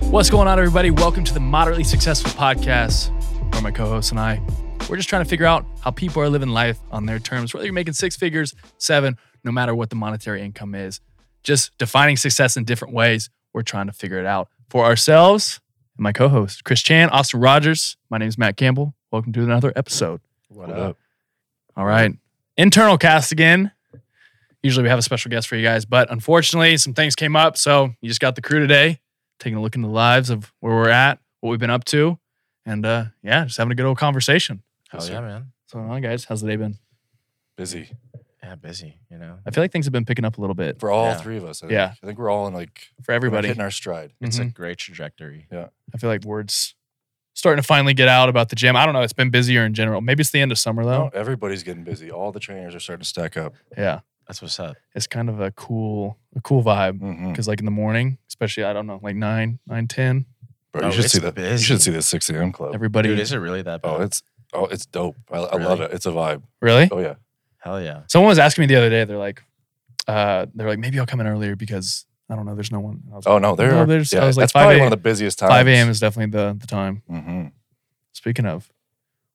What's going on, everybody? Welcome to the Moderately Successful Podcast, where my co hosts and I, we're just trying to figure out how people are living life on their terms, whether you're making six figures, seven, no matter what the monetary income is. Just defining success in different ways. We're trying to figure it out for ourselves and my co host, Chris Chan, Austin Rogers. My name is Matt Campbell. Welcome to another episode. What What up? All right. Internal cast again. Usually we have a special guest for you guys, but unfortunately, some things came up. So you just got the crew today, taking a look into the lives of where we're at, what we've been up to, and uh, yeah, just having a good old conversation. Hell yeah, man. What's going on, guys? How's the day been? Busy Yeah, busy, you know. I feel like things have been picking up a little bit for all Yeah. three of us. I Yeah. think. I think we're all in like for we're everybody. hitting our stride. It's a Mhm. great trajectory. I feel like word's starting to finally get out about the gym. I don't know. It's been busier in general. Maybe it's the end of summer though. No, everybody's getting busy. All the trainers are starting to stack up. Yeah, That's what's up. it's kind of a cool, a cool vibe Mm-hmm. because like in the morning, especially I don't know, like nine, nine ten, Bro, Oh, you should it's see that. You busy. should see the 6 a.m. club. everybody. Dude, is it really that bad? oh, it's oh, it's dope. I, I love Really? it. It's a vibe. really? Oh yeah. Hell yeah. Someone was asking me the other day. They're like, uh, they're like, maybe I'll come in earlier because I don't know. There's no one. I was like, Oh no, there No, are. there's- I yeah, was like, that's probably 5 one of the busiest times. Five a.m. is definitely the the time. hmm Speaking of,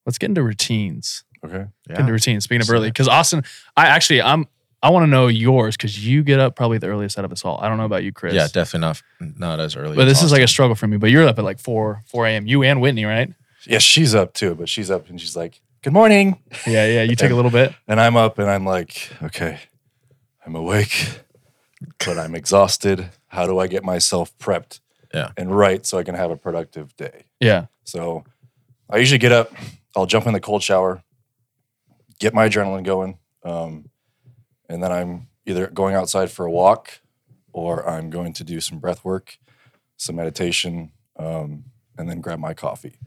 let's get into routines. Okay. Get into Yeah. routines. Speaking of Let's do early, it. because Austin, I actually I'm I want to know yours because you get up probably the earliest out of us all. I don't know about you, Chris. Yeah, definitely not not as early. But as this is like a Austin. struggle for me. But you're up at like four four a.m. You and Whitney, right? Yeah, she's up too, but she's up and she's like, "Good morning," Yeah, yeah. You take a little bit. and I'm up and I'm like, "Okay, I'm awake, but I'm exhausted. How do I get myself prepped Yeah. and right so I can have a productive day?" Yeah, So I usually get up, I'll jump in the cold shower, get my adrenaline going, um, and then I'm either going outside for a walk or I'm going to do some breath work, some meditation, um, and then grab my coffee.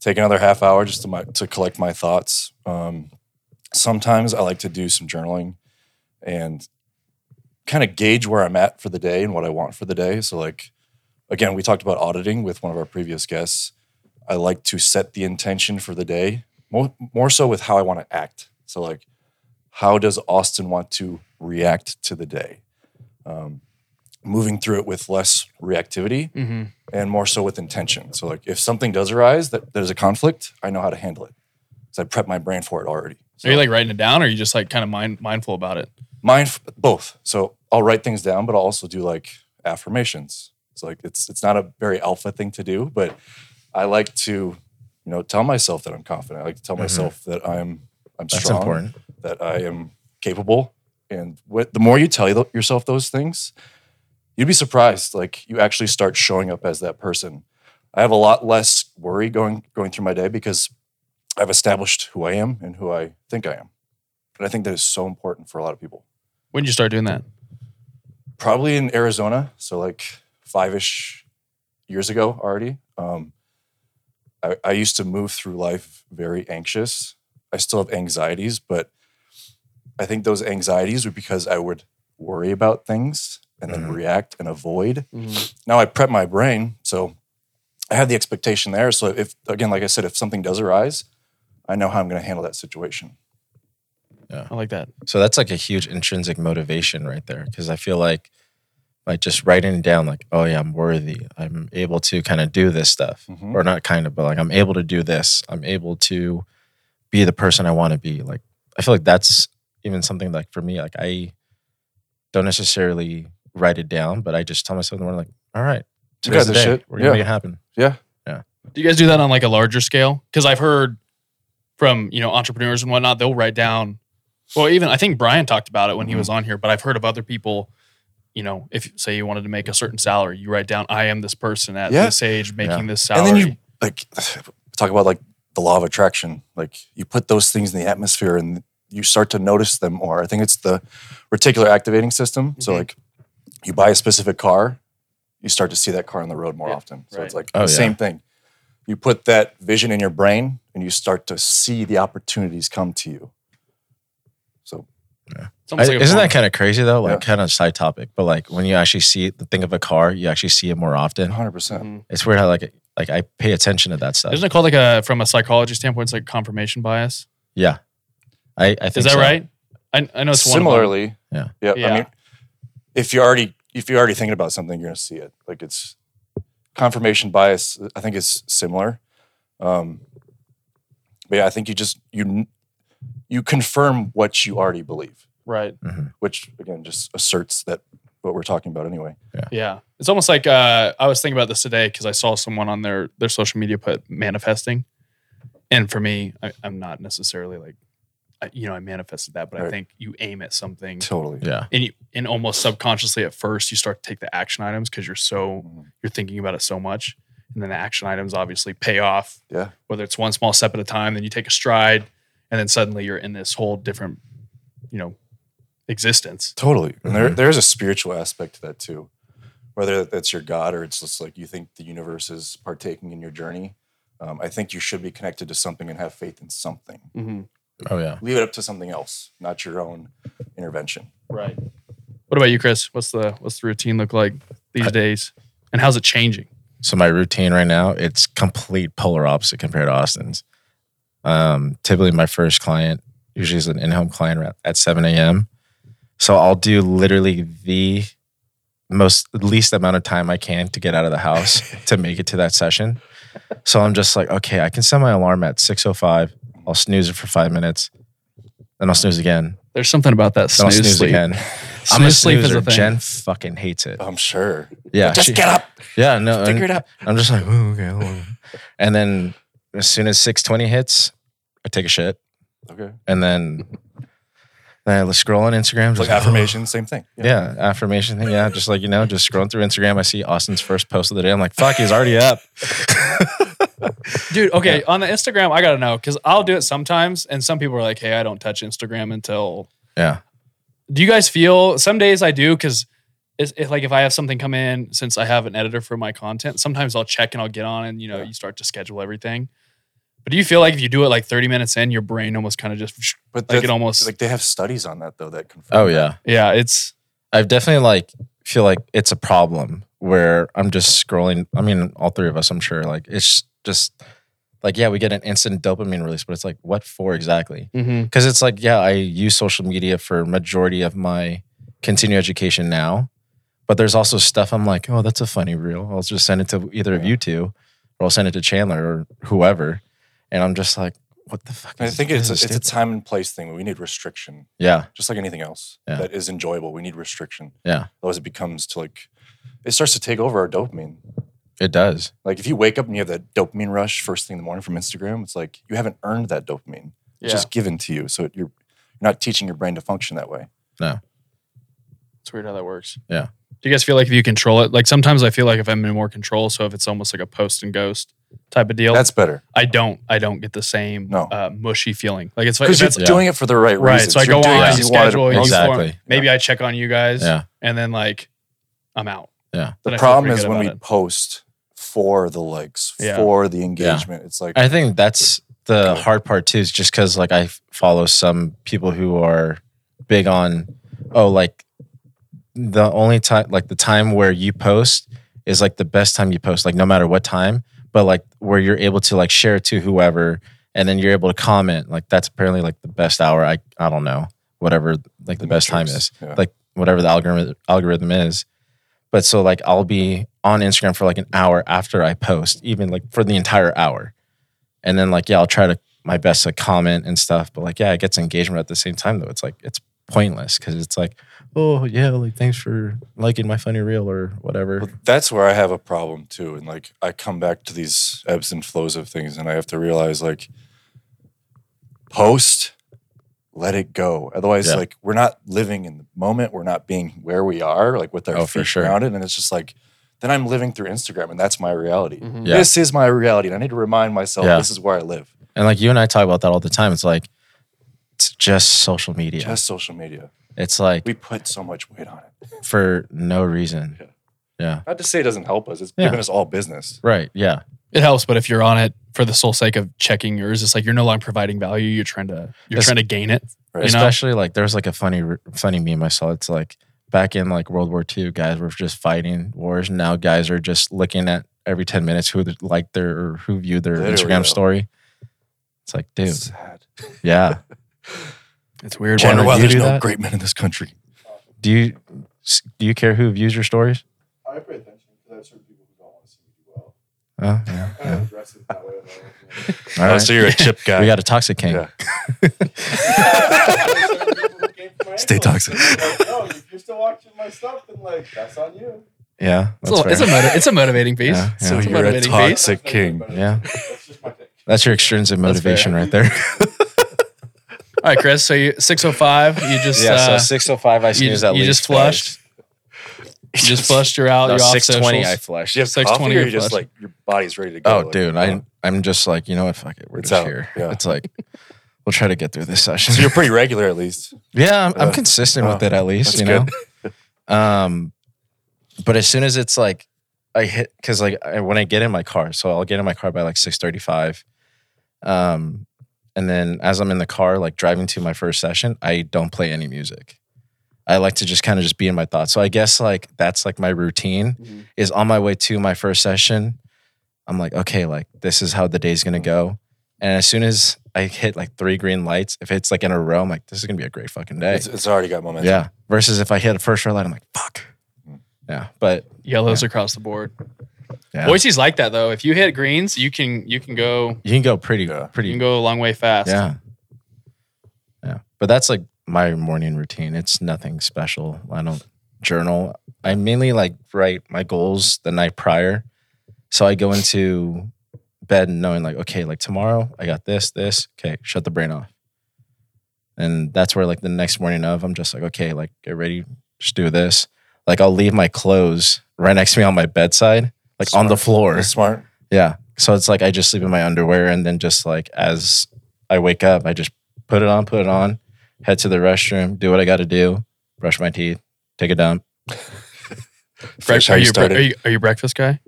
Take another half hour just to, my, to collect my thoughts. Um, sometimes I like to do some journaling and kind of gauge where I'm at for the day and what I want for the day. So, like, again, we talked about auditing with one of our previous guests. I like to set the intention for the day, more, more so with how I want to act. So, like, how does Austin want to react to the day? Um, moving through it with less reactivity mm-hmm. and more so with intention. So, like, if something does arise that there's a conflict, I know how to handle it. So, I prep my brain for it already. So, Are you like writing it down, or are you just like kind of mind mindful about it? mine both so i'll write things down but i'll also do like affirmations it's like it's it's not a very alpha thing to do but i like to you know tell myself that i'm confident i like to tell Mhm. myself that i'm i'm That's strong important. that i am capable and what, the more you tell yo- yourself those things you'd be surprised like you actually start showing up as that person i have a lot less worry going going through my day because i've established who i am and who i think i am and i think that is so important for a lot of people When did you start doing that? probably in Arizona, so like five ish years ago already. Um, I, I used to move through life very anxious. I still have anxieties, but I think those anxieties were because I would worry about things and then Mhm. react and avoid. Mm-hmm. Now I prep my brain, so I have the expectation there. So if again, like I said, if something does arise, I know how I'm going to handle that situation. I like that. So that's like a huge intrinsic motivation right there. Cause I feel like like just writing it down like, oh yeah, I'm worthy. I'm able to kind of do this stuff. Mhm. Or not kind of, but like I'm able to do this. I'm able to be the person I want to be. Like I feel like that's even something like for me, like I don't necessarily write it down, but I just tell myself in the morning, like, all You right, today's got the this day. shit. We're gonna Yeah. make it happen. Do you guys do that on like a larger scale? Because I've heard from you know entrepreneurs and whatnot, they'll write down. Well, even I think Brian talked about it when Mm-hmm. he was on here, but I've heard of other people. You know, if say you wanted to make a certain salary, you write down, "I am this person at Yeah. this age making this And salary." then you like talk about like the law of attraction. Like you put those things in the atmosphere and you start to notice them more. I think it's the reticular activating system. So Mhm. like you buy a specific car, you start to see that car on the road more Yeah, often. So right. it's like Oh, the yeah. same thing. You put that vision in your brain and you start to see the opportunities come to you. So It's almost I- like a isn't form- that kind of crazy though? Like Yeah. kind of side topic, but like when you actually see it, think of a car, you actually see it more often. 100%. percent It's weird how like it- like I pay attention to that stuff. Isn't it called like a from a psychology standpoint, it's like confirmation bias? yeah, I, I think Is that so. right? I, I know it's one of them. Similarly, Yeah. yeah. Yeah. I mean, if you're already if you're already thinking about something, you're gonna see it. Like it's confirmation bias, I think, is similar. Um, but yeah, I think you just you you confirm what you already believe, Right. which again just asserts that what we're talking about anyway. Yeah. It's almost like uh, I was thinking about this today because I saw someone on their their social media put manifesting, and for me, I, I'm not necessarily like, I, you know, I manifested that, but I Right. think you aim at something Totally. Yeah. and you and almost subconsciously at first you start to take the action items because you're so Mhm. you're thinking about it so much and then the action items obviously pay off Yeah. whether it's one small step at a time then you take a stride and then suddenly you're in this whole different you know existence Totally. And there, Mm-hmm. Mhm. there's a spiritual aspect to that too. Whether that's your God or it's just like you think the universe is partaking in your journey. Um, I think you should be connected to something and have faith in something. Oh yeah. Leave it up to something else, not your own intervention. right what about you chris what's the what's the routine look like these days and how's it changing So my routine right now, it's complete polar opposite compared to Austin's. Um, typically my first client usually is an in-home client ra- at 7 a.m. So I'll do literally the most least amount of time I can to get out of the house to make it to that session. So I'm just like, okay, I can set my alarm at 6:05. I'll snooze it for five minutes, then I'll snooze again. there's something about that Then I'll snooze, snooze sleep again. I'm a Snooze sleep is a snoozer. thing. Jen fucking hates it. I'm sure. Yeah, Just she- get up, yeah, no, and- figure it out. I'm just like, "Ooh, okay. hold on." and then as soon as 620 hits, I take a shit. Okay. And then, then I l- scroll on Instagram. Like Just affirmation, same thing. Yeah, affirmation thing. Yeah, just like, you know, just scrolling through Instagram. I see Austin's first post of the day. I'm like, fuck, he's already up. Dude, okay, on the Instagram, I gotta know because I'll do it sometimes, and some people are like, "Hey, I don't touch Instagram until." Yeah. Do you guys feel? Some days I do because it's, it's like if I have something come in, since I have an editor for my content, sometimes I'll check and I'll get on, and you know, Yeah. you start to schedule everything. But do you feel like if you do it like thirty minutes in, your brain almost kind of just But like like, it almost like they have studies on that though that confirm. Oh, yeah. yeah, it's I've definitely like feel like it's a problem where I'm just scrolling. I mean, all three of us, I'm sure. Like it's just like yeah, we get an instant dopamine release, but it's like what for exactly? Mm-hmm. Because it's like yeah, I use social media for majority of my continuing education now, but there's also stuff I'm like, oh, that's a funny reel. I'll just send it to either of Yeah. you two, or I'll send it to Chandler or whoever, and I'm just like, what the fuck? I is- think this it's a, is it's a stupid. time and place thing. We need restriction, yeah, just like anything else Yeah. that is enjoyable. We need restriction. Yeah. Otherwise, it becomes to like, it starts to take over our dopamine. it does. Like if you wake up and you have that dopamine rush first thing in the morning from Instagram, it's like you haven't earned that dopamine. yeah, It's just given to you. So you're, you're not teaching your brain to function that way. it's weird how that works. Yeah. Do you guys feel like if you control it? Like sometimes I feel like if I'm in more control, so if it's almost like a post and ghost type of deal, That's better I don't I don't get the same No. uh, mushy feeling. Like it's like because if you're that's yeah. doing it for the right right. reasons. So I You're go doing on, it I because you wanted to schedule, you post it. Exactly. form. Maybe I check on you guys, Yeah, and then like I'm out. Yeah. Then I The feel problem pretty is good when we about post for the likes, Yeah. for the engagement. It's like I think that's the hard part too, is just because like I follow some people who are big on, oh, like the only time, like the time where you post is like the best time you post, like no matter what time, but like where you're able to like share it to whoever and then you're able to comment. Like that's apparently like the best hour. I, I don't know, whatever, like the best time metrics. is Yeah. like whatever the algorithm algorithm is. But so like I'll be on Instagram for like an hour after I post, even like for the entire hour. And then like yeah, I'll try to my best to comment and stuff, but like yeah, it gets engagement at the same time though. It's like it's pointless cuz it's like, "Oh, yeah, like thanks for liking my funny reel or whatever." Well, that's where I have a problem too. And like I come back to these ebbs and flows of things and I have to realize like post, let it go. Otherwise, Yeah. like we're not living in the moment. We're not being where we are, like with our Oh, for feet sure. grounded. And it's just like then I'm living through Instagram and that's my reality. it. Mm. Yeah. This is my reality. And I need to remind myself Yeah. this is where I live. And like you and I talk about that all the time. It's like it's just social media. Just social media. it's like We put so much weight on it. for no reason. Yeah. yeah. Not to say it doesn't help us, it's Yeah. giving us all business. Right. Yeah. It helps, but if you're on it for the sole sake of checking yours, it's like you're no longer providing value. You're trying to you're Yes. trying to gain it. Right. You know? especially like there was like a funny r- funny meme I saw. It's like back in like World War II, guys were just fighting wars. Now guys are just looking at every ten minutes who th- liked their or who viewed their There we go. Instagram story. It's like, dude, Sad. yeah. It's weird. Jen- Wonder would why you there's do no that? great men in this country. Do you s- do you care who views your stories? I pay attention because I've certain people who don't want to see me do well. Oh, yeah, yeah. All Oh, right. so you're a chip guy. we got a toxic king. Yeah. Stay Stay toxic. No, if you're still watching my stuff, then like that's on you. Yeah, It's a, it's, a motiv- it's a motivating piece. Yeah, It's yeah. So a you're a motivating toxic- piece. Sick king. Yeah. That's just my pick. That's your extrinsic motivation fair. right there. All right, Chris. So you 605. You just uh, six oh five. I you, you just flushed. You just flushed her out. No, you're off six twenty. I socials. flushed. Do you have 620 coffee or or you just flush? like your body's ready to go? Oh, Like, dude, I I'm just like you know what? Fuck it. We're It's just out. here. Yeah. It's like we'll try to get through this session. So you're pretty regular at least. Yeah, I'm, I'm Uh, consistent with uh, it at least, that's you know. um, but as soon as it's like I hit, because like I, when I get in my car, so I'll get in my car by like six thirty-five, um, and then as I'm in the car, like driving to my first session, I don't play any music. I like to just kind of just be in my thoughts. So I guess like that's like my routine Mm-hmm. Mhm. is on my way to my first session. I'm like, okay, like this is how the day's gonna go. And as soon as I hit like three green lights, if it's like in a row, I'm like, this is gonna be a great fucking day. It's, it's already got momentum. Yeah. Versus if I hit a first red light, I'm like, fuck. Mm. Yeah. But Yellows across the board. yeah, Boise's like that though. If you hit greens, you can you can go you can go pretty, Yeah. you can pretty. go a long way fast. Yeah. Yeah. But that's like my morning routine. It's nothing special. I don't journal. I mainly like write my goals the night prior. So I go into bed knowing like, okay, like tomorrow I got this, this. Okay. Shut the brain off. And that's where like the next morning of, I'm just like, okay, like get ready, just do this. Like I'll leave my clothes right next to me on my bedside, like on the floor. That's smart. Yeah. So it's like I just sleep in my underwear and then just like as I wake up, I just put it on, put it on, head to the restroom, do what I got to do, brush my teeth, take a dump. Bre- Fresh how are, you you a bre- started. are you are you a breakfast guy?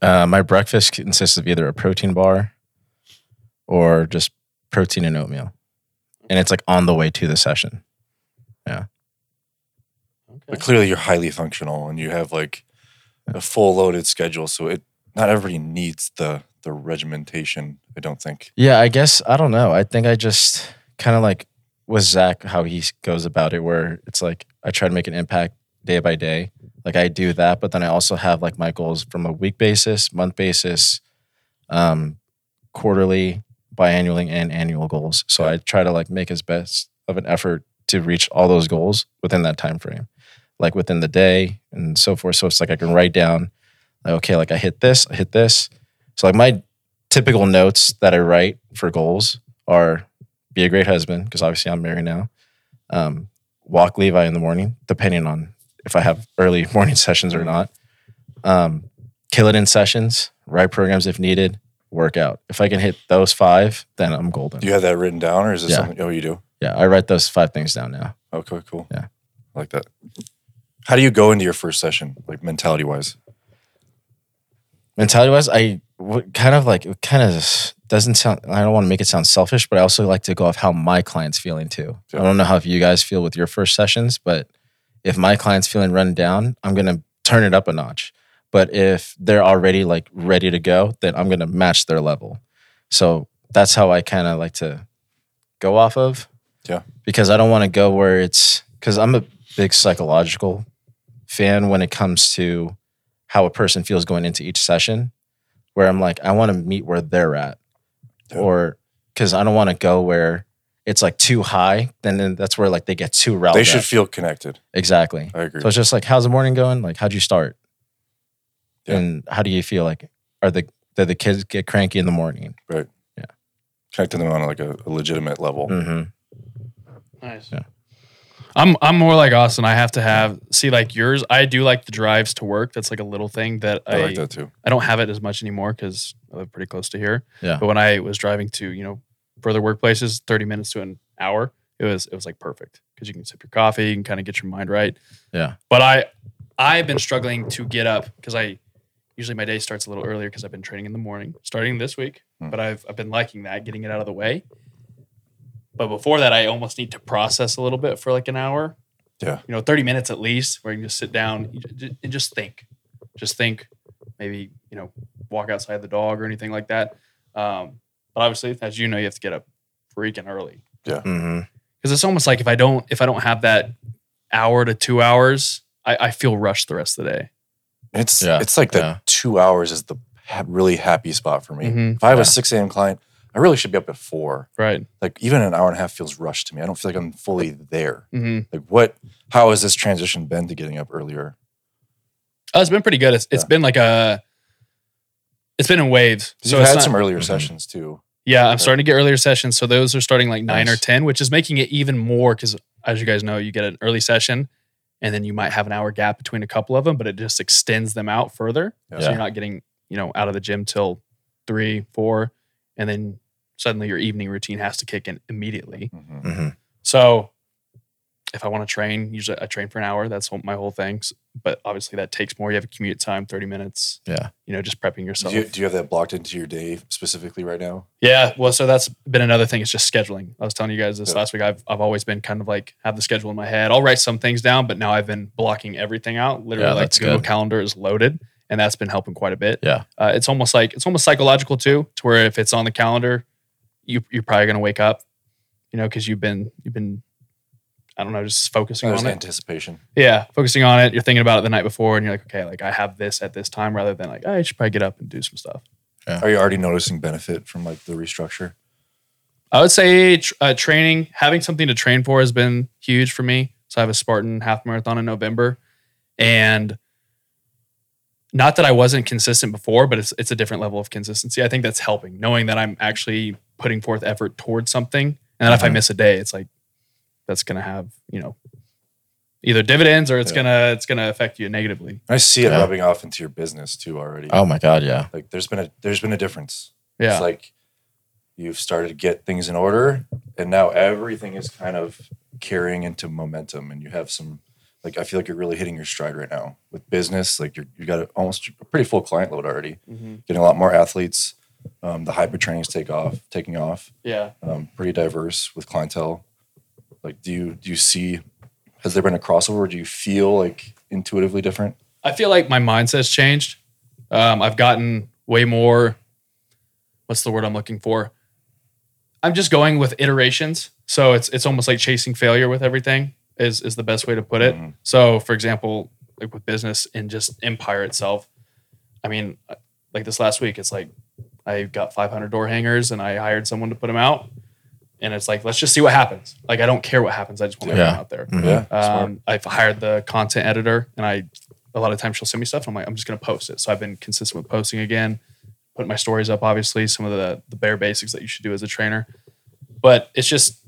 Uh, my breakfast consists of either a protein bar or just protein and oatmeal. And it's like on the way to the session. But clearly you're highly functional and you have like a full loaded schedule. So it not everybody needs the the regimentation, I don't think. Yeah, I guess I don't know. I think I just kind of like with Zach how he goes about it, where it's like I try to make an impact day by day. Like I do that, but then I also have like my goals from a week basis, month basis, um, quarterly, biannually, and annual goals. So I try to like make as best of an effort to reach all those goals within that time frame, like within the day and so forth. So it's like I can write down, like, okay, like I hit this, I hit this. So like my typical notes that I write for goals are be a great husband because obviously I'm married now. Um, walk Levi in the morning, depending on if I have early morning sessions or not. Um, kill it in sessions, write programs if needed, work out. If I can hit those five, then I'm golden. Do you have that written down or is this Yeah. something oh you do? Yeah, I write those five things down now. Okay, cool. Yeah. I like that. How do you go into your first session, like mentality wise? mentality wise, I w- kind of like it kind of doesn't sound. I don't want to make it sound selfish, but I also like to go off how my clients feeling too. Yeah. I don't know how you guys feel with your first sessions, but if my client's feeling run down, I'm gonna turn it up a notch. But if they're already like ready to go, then I'm gonna match their level. So that's how I kind of like to go off of. Yeah. Because I don't want to go where it's because I'm a big psychological fan when it comes to how a person feels going into each session where i'm like i want to meet where they're at Yeah. or because i don't want to go where it's like too high then, then that's where like they get too riled They up. should feel connected. exactly I agree. so it's just like how's the morning going like how'd you start Yeah. and how do you feel like are the do the kids get cranky in the morning Connecting them on like a, a legitimate level. mm-hmm. Nice. Yeah. I'm I'm more like Austin. I have to have see like yours. I do like the drives to work. That's like a little thing that I I like that too. I don't have it as much anymore because I live pretty close to here. Yeah. But when I was driving to you know further workplaces, thirty minutes to an hour, it was it was like perfect because you can sip your coffee, you can kind of get your mind right. Yeah. But I I've been struggling to get up because I usually my day starts a little earlier because I've been training in the morning starting this week. Hmm. But I've I've been liking that getting it out of the way. But before that, I almost need to process a little bit for like an hour. Yeah. You know, 30 minutes at least where you can just sit down you ju- and just think. Just think, maybe, you know, walk outside the dog or anything like that. Um, but obviously, as you know, you have to get up freaking early Mm-hmm. because it's almost like if I don't if I don't have that hour to two hours, I, I feel rushed the rest of the day. It's Yeah, it's like the yeah. Mm-hmm. two hours is the ha- really happy spot for me. Mhm. If I have Yeah. a 6 a.m. client, I really should be up at four. Right. Like even an hour and a half feels rushed to me. I don't feel like I'm fully there. Mm-hmm. Like what? How has this transition been to getting up earlier? Oh, it's been pretty good. It's, it's Yeah. been like a, it's been in waves. 'Cause So you've it's had not- some earlier Mhm. sessions too. Yeah, I'm starting to get earlier sessions. So those are starting like nine or Nice. ten, which is making it even more because as you guys know, you get an early session and then you might have an hour gap between a couple of them, but it just extends them out further. So Yeah. you're not getting, you know, out of the gym till three, four, and then suddenly your evening routine has to kick in immediately. Mhm. hmm So if I want to train, usually I train for an hour. That's whole- my whole thing. S- But obviously that takes more. You have a commute time, 30 minutes. Yeah. You know, just prepping yourself. Do you, do you have that blocked into your day specifically right now? Yeah, well, so that's been another thing. It's just scheduling. I was telling you guys this Yeah. last week. I've I've always been kind of like have the schedule in my head. I'll write some things down, but now I've been blocking everything out. Literally, Yeah, like that's Google good. Calendar is loaded, and that's been helping quite a bit. Yeah. uh, it's almost like it's almost psychological too, to where if it's on the calendar, you you're probably gonna wake up, you know, because you've been you've been, I don't know, just focusing There's on it. anticipation. Yeah, focusing on it. You're thinking about it the night before, and you're like, okay, like I have this at this time, rather than like "Oh, I should probably get up and do some stuff. Are you already noticing benefit from like the restructure? I would say tr- uh, training, having something to train for has been huge for me. So I have a Spartan half marathon in November, and not that I wasn't consistent before, but it's it's a different level of consistency. I think that's helping, knowing that I'm actually putting forth effort towards something, and that if I Mhm. miss a day, it's like that's gonna have you know either dividends or it's Yeah. gonna it's gonna affect you negatively. I see it Yeah. rubbing off into your business too already. Oh my God. Yeah. Like there's been a there's been a difference. Yeah, It's like you've started to get things in order and now everything is kind of carrying into momentum and you have some like I feel like you're really hitting your stride right now with business. Like you're, you've got a, almost a pretty full client load already. Getting a lot more athletes. Um, the hyper trainings take off, taking off. yeah. um, pretty diverse with clientele. Like, do you do you see? Has there been a crossover? Do you feel like intuitively different? I feel like my mindset's changed. Um, I've gotten way more. What's the word I'm looking for? I'm just going with iterations. So it's it's almost like chasing failure with everything is is the best way to put it. Mhm. So for example, like with business and just Empire itself. I mean, like this last week, it's like I got 500 door hangers and I hired someone to put them out, and it's like let's just see what happens. Like I don't care what happens. I just want to Yeah. them out there. Mhm. Yeah, smart. Um, I've hired the content editor, and I a lot of times she'll send me stuff. And I'm like, I'm just gonna post it. So I've been consistent with posting again, putting my stories up. Obviously, some of the the bare basics that you should do as a trainer. But it's just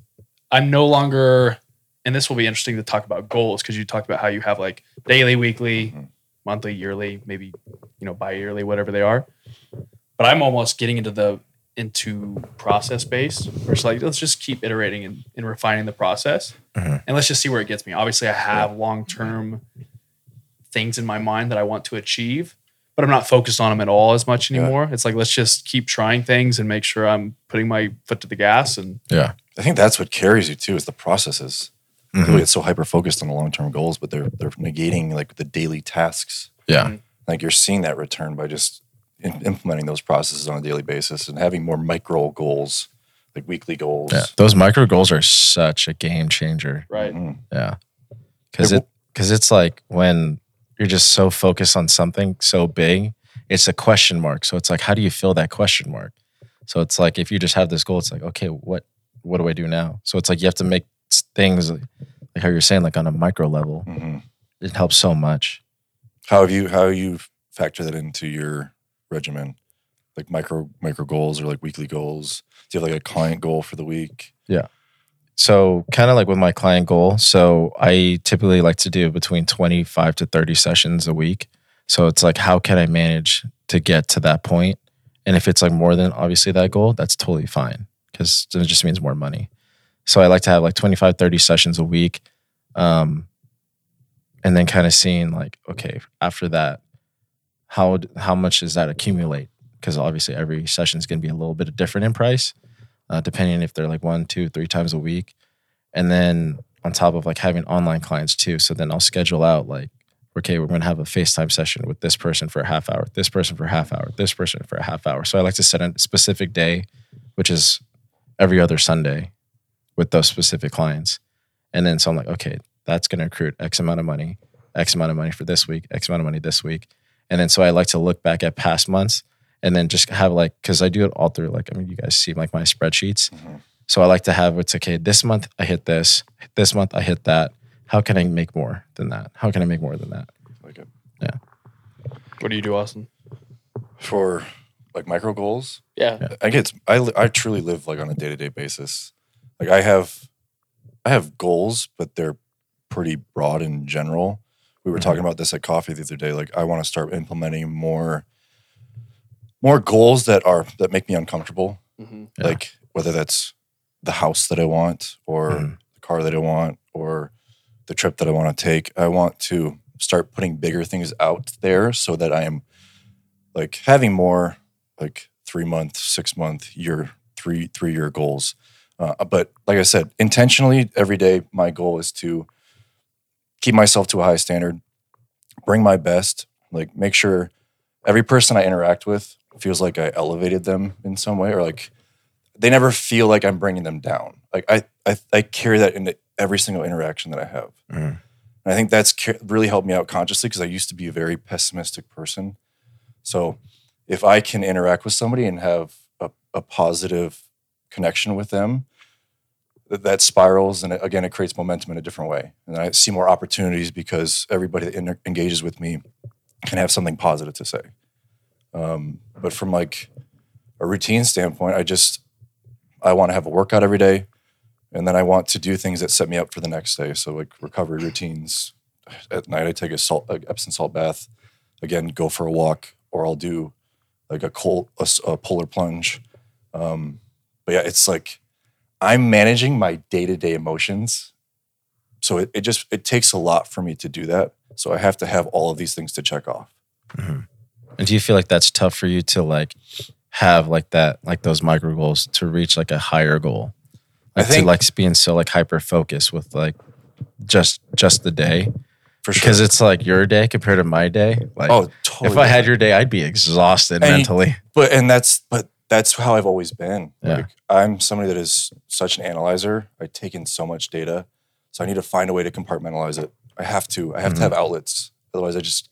I'm no longer, and this will be interesting to talk about goals because you talked about how you have like daily, weekly, Mhm. monthly, yearly, maybe you know bi-yearly, whatever they are. But I'm almost getting into the into process based, where it's like let's just keep iterating and, and refining the process and let's just see where it gets me. Obviously, I have long term things in my mind that I want to achieve, but I'm not focused on them at all as much Yeah. anymore. It's like let's just keep trying things and make sure I'm putting my foot to the gas. And I think that's what carries you too is the processes. Mhm. People get so hyper focused on the long term goals, but they're they're negating like the daily tasks. Mm-hmm. Yeah. Like you're seeing that return by just im- implementing those processes on a daily basis and having more micro goals, like weekly goals. Yeah. Those micro goals are such a game changer. Mhm. Yeah. Cause Yeah, it, cause it's like when you're just so focused on something so big, it's a question mark. So it's like, how do you fill that question mark? So it's like, if you just have this goal, it's like, okay, what, what do I do now? So it's like, you have to make s- things like how you're saying, like on a micro level, Mhm. it helps so much. How have you how you factor that into your regimen? Like micro micro goals or like weekly goals? Do you have like a client goal for the week? So kind of like with my client goal. So I typically like to do between 25 to 30 sessions a week. So it's like, how can I manage to get to that point? And if it's like more than obviously that goal, that's totally fine because it just means more money. So I like to have like 25, 30 sessions a week. Um, and then kind of seeing like, okay, after that, how, d- how much does that accumulate? Because obviously every session is going to be a little bit different in price, uh, depending if they're like one, two, three times a week. And then on top of like having online clients too. So then I'll schedule out like, okay, we're going to have a FaceTime session with this person for a half hour, this person for a half hour, this person for a half hour. So I like to set a specific day, which is every other Sunday with those specific clients. And then so I'm like, okay, that's going to accrue X amount of money, X amount of money for this week, X amount of money this week. And then so I like to look back at past months and then just have like because I do it all through like I mean you guys see like my spreadsheets. Mhm. So I like to have it's okay. This month I hit this. This month I hit that. How can I make more than that? How can I make more than that? Like it. What do you do, Austin? For like micro goals, Yeah. I get I li- I truly live like on a day to day basis. Like I have I have goals, but they're pretty broad in general. We were talking about this at coffee the other day. Like I want to start implementing more more goals that are that make me uncomfortable. Mm-hmm. Yeah. Like whether that's the house that I want or Mhm. the car that I want or the trip that I want to take. I want to start putting bigger things out there so that I am like having more like three month, six month, year, three, three year goals. Uh, but like I said, intentionally every day, my goal is to keep myself to a high standard, bring my best, like make sure every person I interact with feels like I elevated them in some way or like they never feel like I'm bringing them down. Like I, I, I carry that into every single interaction that I have. Mhm. And I think that's ca- really helped me out consciously because I used to be a very pessimistic person. So if I can interact with somebody and have a, a positive connection with them, th- that spirals and it, again it creates momentum in a different way and i see more opportunities because everybody that inter- engages with me can have something positive to say um, but from like a routine standpoint i just i want to have a workout every day and then i want to do things that set me up for the next day so like recovery routines at night i take a salt a epsom salt bath again go for a walk or i'll do like a cold a, s- a polar plunge um, but yeah it's like i'm managing my day-to-day emotions so it, it just it takes a lot for me to do that so i have to have all of these things to check off And do you feel like that's tough for you to like have like that like those micro goals to reach like a higher goal? I Like think- to like being so like hyper focused with like just just the day for sure because it's like your day compared to my day. Like oh totally if I had your day, I'd be exhausted And you- mentally. but and that's but that's how I've always been. Yeah. Like I'm somebody that is such an analyzer. I take in so much data, so I need to find a way to compartmentalize it. I have to. I have Mm-hmm. to have outlets. Otherwise, I just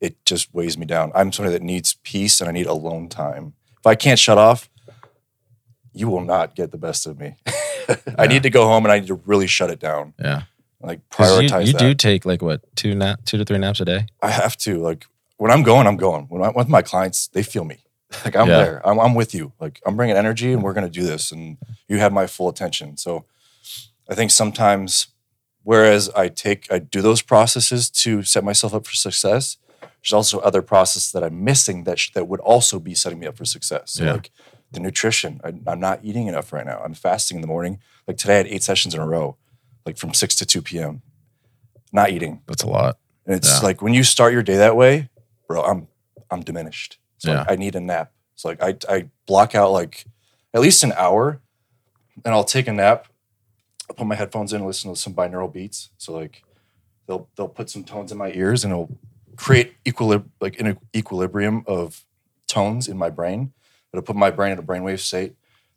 it just weighs me down. I'm somebody that needs peace and I need alone time. If I can't shut off, you will not get the best of me. I Yeah. need to go home and I need to really shut it down. Yeah, Like 'Cause you, prioritize you that. do take like what two nap two to three naps a day. I have to like when I'm going, I'm going. When I'm with my clients, they feel me. Like I'm Yeah. there. I'm, I'm with you. Like I'm bringing energy, and we're gonna do this, and you have my full attention. So I think sometimes, whereas I take, I do those processes to set myself up for success. There's also other processes that I'm missing that sh- that would also be setting me up for success. So Yeah. like the nutrition, I, I'm not eating enough right now. I'm fasting in the morning. Like today, I had eight sessions in a row, like from six to two p.m. Not eating. That's a lot. And it's Yeah. like when you start your day that way, bro, I'm I'm diminished. So Yeah. I need a nap. It's like I I block out like at least an hour and I'll take a nap. I'll put my headphones in and listen to some binaural beats. So like they'll they'll put some tones in my ears and it'll create equilib like an equilibrium of tones in my brain. It'll put my brain in a brainwave state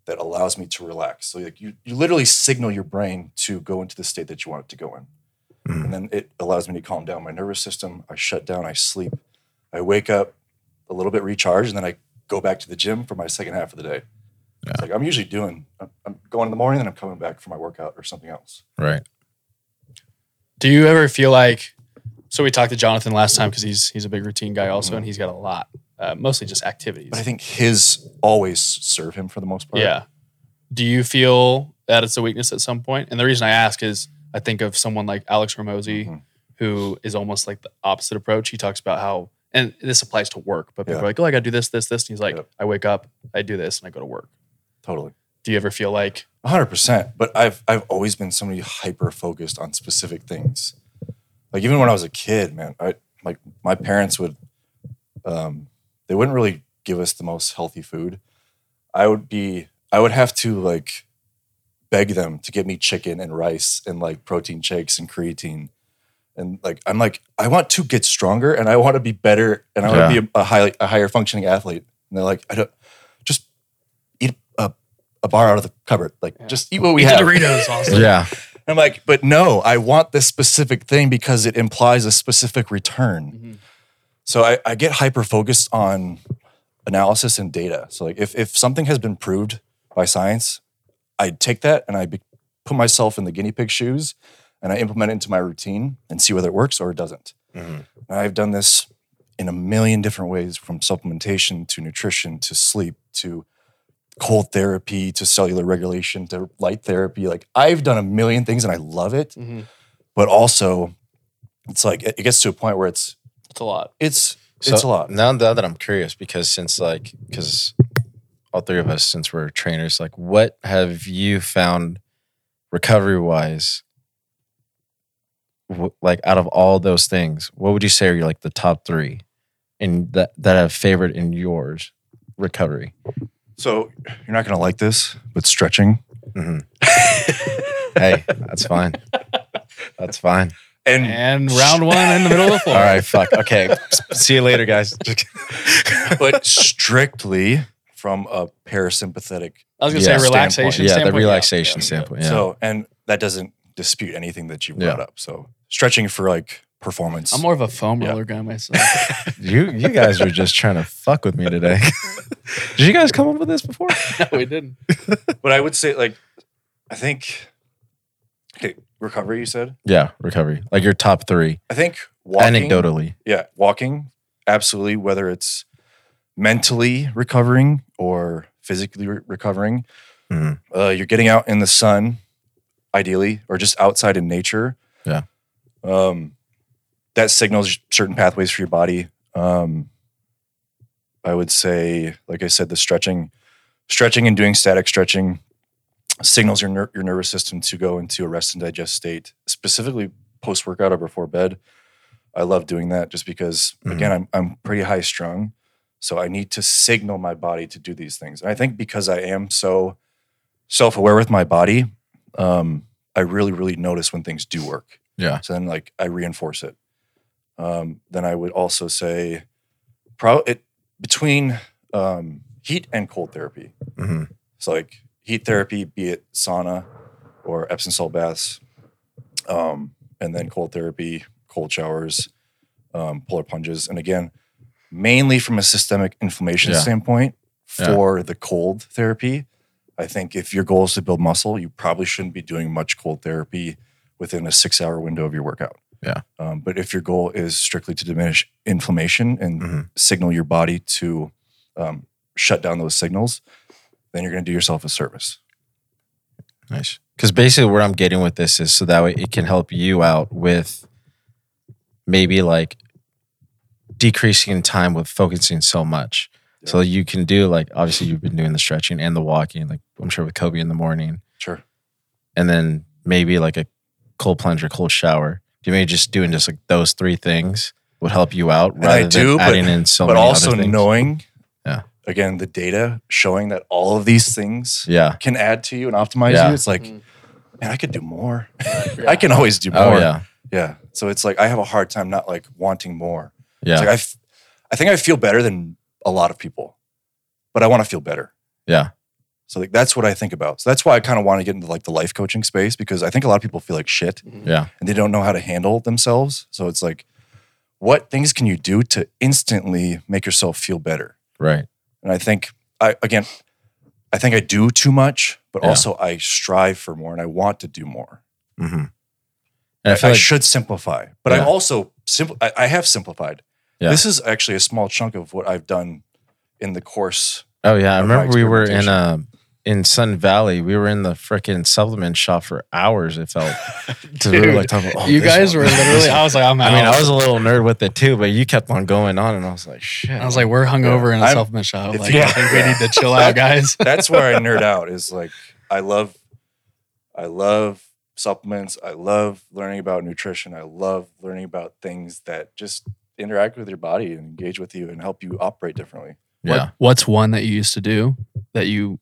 that allows me to relax. So like you you literally signal your brain to go into the state that you want it to go in Mm. and then it allows me to calm down my nervous system. I shut down, I sleep, I wake up a little bit recharged, and then I go back to the gym for my second half of the day. It's like I'm usually doing, I'm- I'm going in the morning, then I'm coming back for my workout or something else. Right. Do you ever feel like? So we talked to Jonathan last time because he's he's a big routine guy also, and he's got a lot, uh, mostly just activities. But I think his always serve him for the most part. Yeah. Do you feel that it's a weakness at some point? And the reason I ask is I think of someone like Alex Ramosi, Mm-hmm. Mhm. who is almost like the opposite approach. He talks about how, and this applies to work, but people Yeah. are like, oh, I got to do this, this, this. And he's like, Yep. I wake up, I do this, and I go to work. totally, Do you ever feel like, 100. percent But I've I've always been somebody hyper focused on specific things. Like even when I was a kid, man, I like my parents would, um, they wouldn't really give us the most healthy food. I would be I would have to like beg them to get me chicken and rice and like protein shakes and creatine. And like I'm like, I want to get stronger and I want to be better and I want to Yeah. be a, a high a higher functioning athlete. And they're like, I don't just eat a, a bar out of the cupboard. Like Yeah. just eat what we we have. Doritos also? Yeah. I'm like, but no, I want this specific thing because it implies a specific return. Mhm. So I, I get hyper focused on analysis and data. So like if if something has been proved by science, I take that and I be, put myself in the guinea pig shoes and I implement it into my routine and see whether it works or it doesn't. Mhm. And I've done this in a million different ways from supplementation to nutrition to sleep to cold therapy to cellular regulation to light therapy. Like I've done a million things and I love it, Mhm. but also it's like it it gets to a point where it's It's a lot. it's it's a lot. Now that, that I'm curious, because since like, because all three of us, since we're trainers, like, what have you found recovery wise? Like, out of all those things, what would you say are your, like the top three, and that that have favored in yours recovery? So you're not gonna like this, but stretching Mm-hmm. Mhm. hey, that's fine. That's fine. and Mm. And round one in the middle of the All floor. right. Fuck. Okay. See you later, guys. but strictly from a parasympathetic. I was gonna Yeah. say relaxation. yeah, the standpoint, relaxation yeah. standpoint. Yeah. So and that doesn't dispute anything that you Yeah. brought up. So stretching for like performance. I'm more of a foam Yeah. roller guy myself. You you guys were just trying to fuck with me today. Did you guys come up with this before? no, we didn't. but I would say like I think okay, recovery you said? Yeah, recovery. Like your top three, I think walking anecdotally. Yeah, walking absolutely whether it's mentally recovering or physically re- recovering. Mhm. Uh, you're getting out in the sun ideally or just outside in nature. Yeah. Um that signals certain pathways for your body. Um, I would say, like I said, the stretching, stretching and doing static stretching signals your ner- your nervous system to go into a rest and digest state, specifically post workout or before bed. I love doing that just because, Mhm. again, I'm I'm pretty high strung, so I need to signal my body to do these things. And I think because I am so self aware with my body, um, I really really notice when things do work. Yeah. So then, like, I reinforce it. Um, then I would also say, pro- it between um, heat and cold therapy. hmm So like heat therapy, be it sauna or Epsom salt baths, um, and then cold therapy, cold showers, um, polar plunges, and again, mainly from a systemic inflammation Yeah. standpoint Yeah. for the cold therapy. I think if your goal is to build muscle, you probably shouldn't be doing much cold therapy within a six-hour window of your workout. Yeah. Um, but if your goal is strictly to diminish inflammation and Mhm. signal your body to um, shut down those signals, then you're going to do yourself a service. Nice. Because basically, where I'm getting with this is so that way it can help you out with maybe like decreasing time with focusing so much. So you can do like obviously you've been doing the stretching and the walking, like I'm sure with Kobe in the morning. Sure. and then maybe like a cold plunge or cold shower. You may just doing just like those three things would help you out I rather do, than but- adding in so but many also other things. knowing, Yeah. again, the data showing that all of these things Yeah. can add to you and optimize Yeah. you. It's like, Mm. man, I could do more. Yeah. I can always do more. Oh yeah. Yeah. So it's like I have a hard time not like wanting more. It's Yeah. like I, f- I think I feel better than a lot of people, but I want to feel better. Yeah. So like that's what I think about. So that's why I kind of want to get into like the life coaching space because I think a lot of people feel like shit Mhm. Yeah. and they don't know how to handle themselves. So it's like, what things can you do to instantly make yourself feel better? Right. And I think I again, I think I do too much, but Yeah. also I strive for more and I want to do more. Mm-hmm. And I, I feel I like should simplify, but Yeah. I'm also simple. I, I have simplified. Yeah. This is actually a small chunk of what I've done in the course. oh yeah, I of my remember we were in experimentation. uh in Sun Valley. We were in the freaking supplement shop for hours. It felt 'Cause we were Dude, like talking about, oh, you this guys one, were this literally. one. I was like, I'm out. I mean, I was a little nerd with it too, but you kept on going on, and I was like, shit. I was like, we're hungover in a I'm- supplement shop. if Like, you- I think we need to chill out, guys. That's where I nerd out. Is like I love, I love supplements. I love learning about nutrition. I love learning about things that just interact with your body and engage with you and help you operate differently. What- yeah, what's one that you used to do that you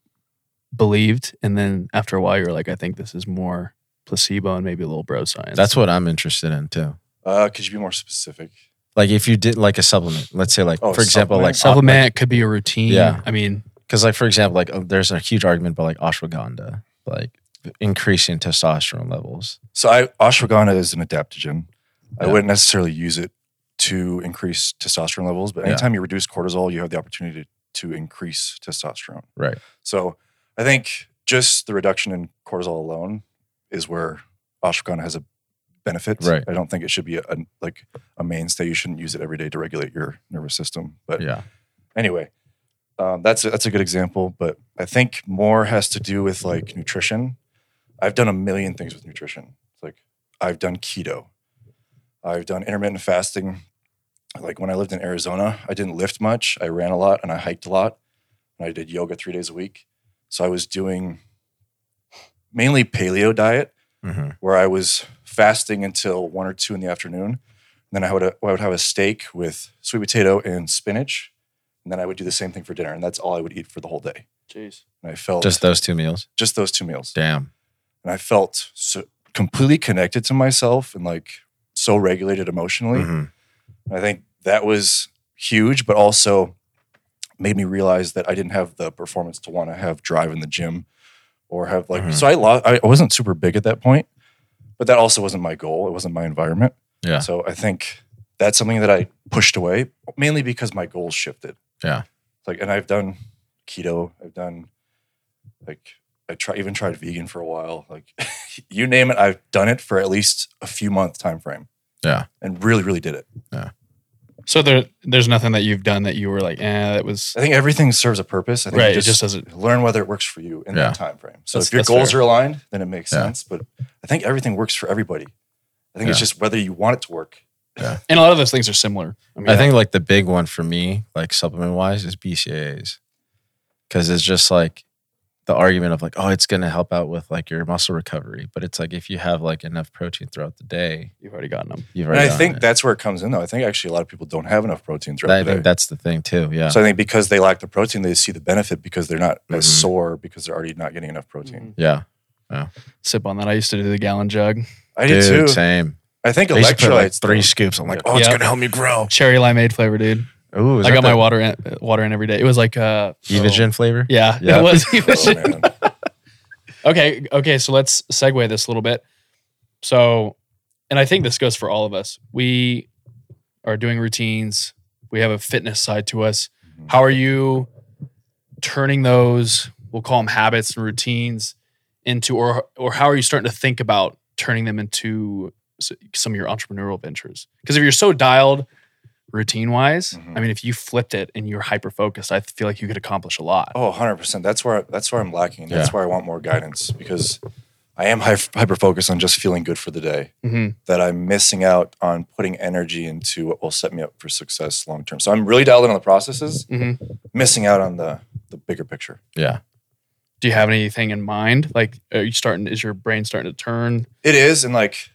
believed, and then after a while, you're like, I think this is more placebo and maybe a little bro science. that's what I'm interested in too. Uh, could you be more specific? Like if you did like a supplement, let's say like Oh, for example like supplement could be a routine. Yeah. I mean, because like for example like uh, there's a huge argument about like ashwagandha like increasing testosterone levels. So I, ashwagandha is an adaptogen. I Yeah. wouldn't necessarily use it to increase testosterone levels, but Yeah. anytime you reduce cortisol, you have the opportunity to, to increase testosterone. Right. So I think just the reduction in cortisol alone is where ashwagandha has a benefit. Right. I don't think it should be a, a- like a mainstay. You shouldn't use it every day to regulate your nervous system. But Yeah. anyway, um, that's a, that's a good example. But I think more has to do with like nutrition. I've done a million things with nutrition. It's like I've done keto. I've done intermittent fasting. Like when I lived in Arizona, I didn't lift much. I ran a lot and I hiked a lot, and I did yoga three days a week. So I was doing mainly paleo diet, hmm where I was fasting until one or two in the afternoon. And then I would, I would have a steak with sweet potato and spinach. And then I would do the same thing for dinner. And that's all I would eat for the whole day. Jeez. And I felt Just just, those two meals. those two meals. Damn. And I felt so completely connected to myself and like so regulated emotionally. Mhm. I think that was huge, but also made me realize that I didn't have the performance to want to have drive in the gym or have like. Mhm. So I lost. I wasn't super big at that point, but that also wasn't my goal. It wasn't my environment. Yeah. So I think that's something that I pushed away mainly because my goals shifted. Yeah. Like, and I've done keto. I've done like I try even tried vegan for a while. Like, you name it, I've done it for at least a few month time frame. Yeah. And really, really did it. So there, there's nothing that you've done that you were like, eh, that was I think everything serves a purpose. I think right. you it just just, doesn't. learn whether it works for you in Yeah. that time frame. So That's- if your that's goals fair. are aligned, then it makes Yeah. sense. But I think everything works for everybody. I think it's Yeah. just whether you want it to work. And a lot of those things are similar. mean, I think like the big one for me, like supplement wise, is BCAAs. Cause it's just like the argument of like, oh, it's gonna help out with like your muscle recovery. But it's like if you have like enough protein throughout the day, you've already gotten them. you've And already I done think it. that's where it comes in though. I think actually a lot of people don't have enough protein throughout I the day. think that's the thing too. Yeah. So I think because they lack the protein, they see the benefit because they're not as Mhm. sore because they're already not getting enough protein. yeah. Sip on that. I used to do the gallon jug, I Dude, did too. same. I think I used to put, like electrolytes. three scoops. I'm like, oh, it's Yeah. gonna help me grow. cherry limeade flavor, dude. Ooh, is I that got my the water in, water in every day. It was like, uh, Evogen flavor. yeah, Yeah. it was Oh, Evogen. man. okay, okay. So let's segue this a little bit. So, and I think this goes for all of us. We are doing routines. We have a fitness side to us. Mhm. How are you turning those? We'll call them habits and routines into, or or how are you starting to think about turning them into s- some of your entrepreneurial ventures? Because if you're so dialed routine wise, Mhm. I mean, if you flipped it and you're hyper focused, I feel like you could accomplish a lot. Oh, 100%. That's where that's where I'm lacking. That's Yeah. where I want more guidance because I am hyper focused on just feeling good for the day. hmm that I'm missing out on putting energy into what will set me up for success long term. So I'm really dialed in on the processes, Mhm. missing out on the the bigger picture. Yeah. do you have anything in mind? Like, are you starting? Is your brain starting to turn? It is, and like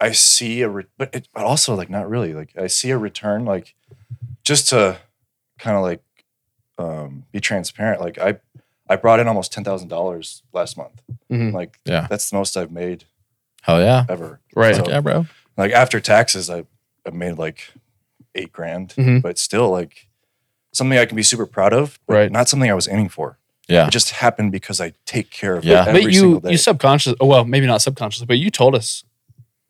I see a, re- but it, but also like not really. Like I see a return, like just to kind of like um, be transparent. Like I I brought in almost ten thousand dollars last month. Mhm. Like Yeah. that's the most I've made Hell yeah. ever. Right. Fuck yeah, bro. like after taxes i i made like eight grand Mhm. but still like something i can be super proud of but Right. not something i was aiming for Yeah. it just happened because i take care of Yeah. it every but single you, day you subconscious. Oh, well, maybe not subconscious, but you told us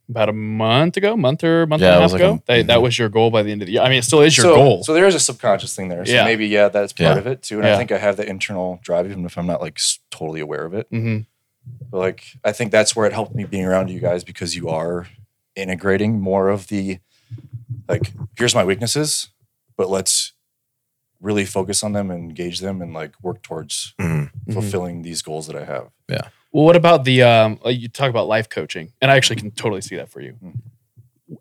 about a month ago, month or month Yeah, and it a half was like a- ago, that, that mhm. was your goal by the end of the year. I mean, it still is your so, goal. so there is a subconscious thing there so Yeah. maybe yeah that's part Yeah. of it too and Yeah. i think i have the internal drive even if i'm not like s- totally aware of it Mhm. but like i think that's where it helped me being around you guys because you are integrating more of the like here's my weaknesses but let's really focus on them and engage them and like work towards Mhm. Mhm. fulfilling these goals that I have. Well, what about the um, like you talk about life coaching, and I actually can totally see that for you. Mhm.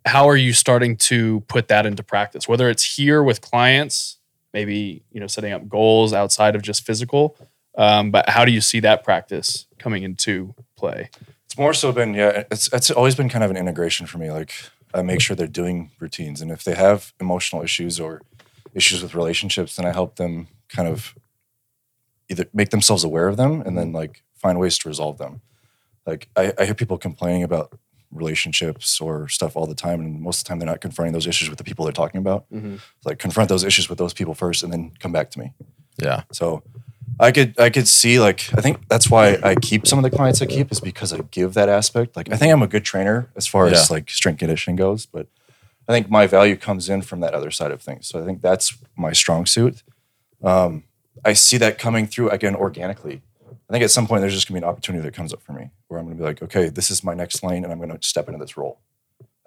How are you starting to put that into practice? Whether it's here with clients, maybe you know setting up goals outside of just physical, um, but how do you see that practice coming into play? It's more so been yeah, it's it's always been kind of an integration for me. Like I make sure they're doing routines, and if they have emotional issues or issues with relationships, then I help them kind of either make themselves aware of them and then like find ways to resolve them. Like I, I hear people complaining about relationships or stuff all the time, and most of the time they're not confronting those issues with the people they're talking about. Like confront those issues with those people first, and then come back to me. Yeah. So I could I could see like I think that's why I keep some of the clients I keep is because I give that aspect. Like I think I'm a good trainer as far as like strength conditioning goes, but I think my value comes in from that other side of things. So I think that's my strong suit. um, I see that coming through again organically. I think at some point there's just gonna be an opportunity that comes up for me where I'm gonna be like, okay, this is my next lane, and I'm gonna step into this role.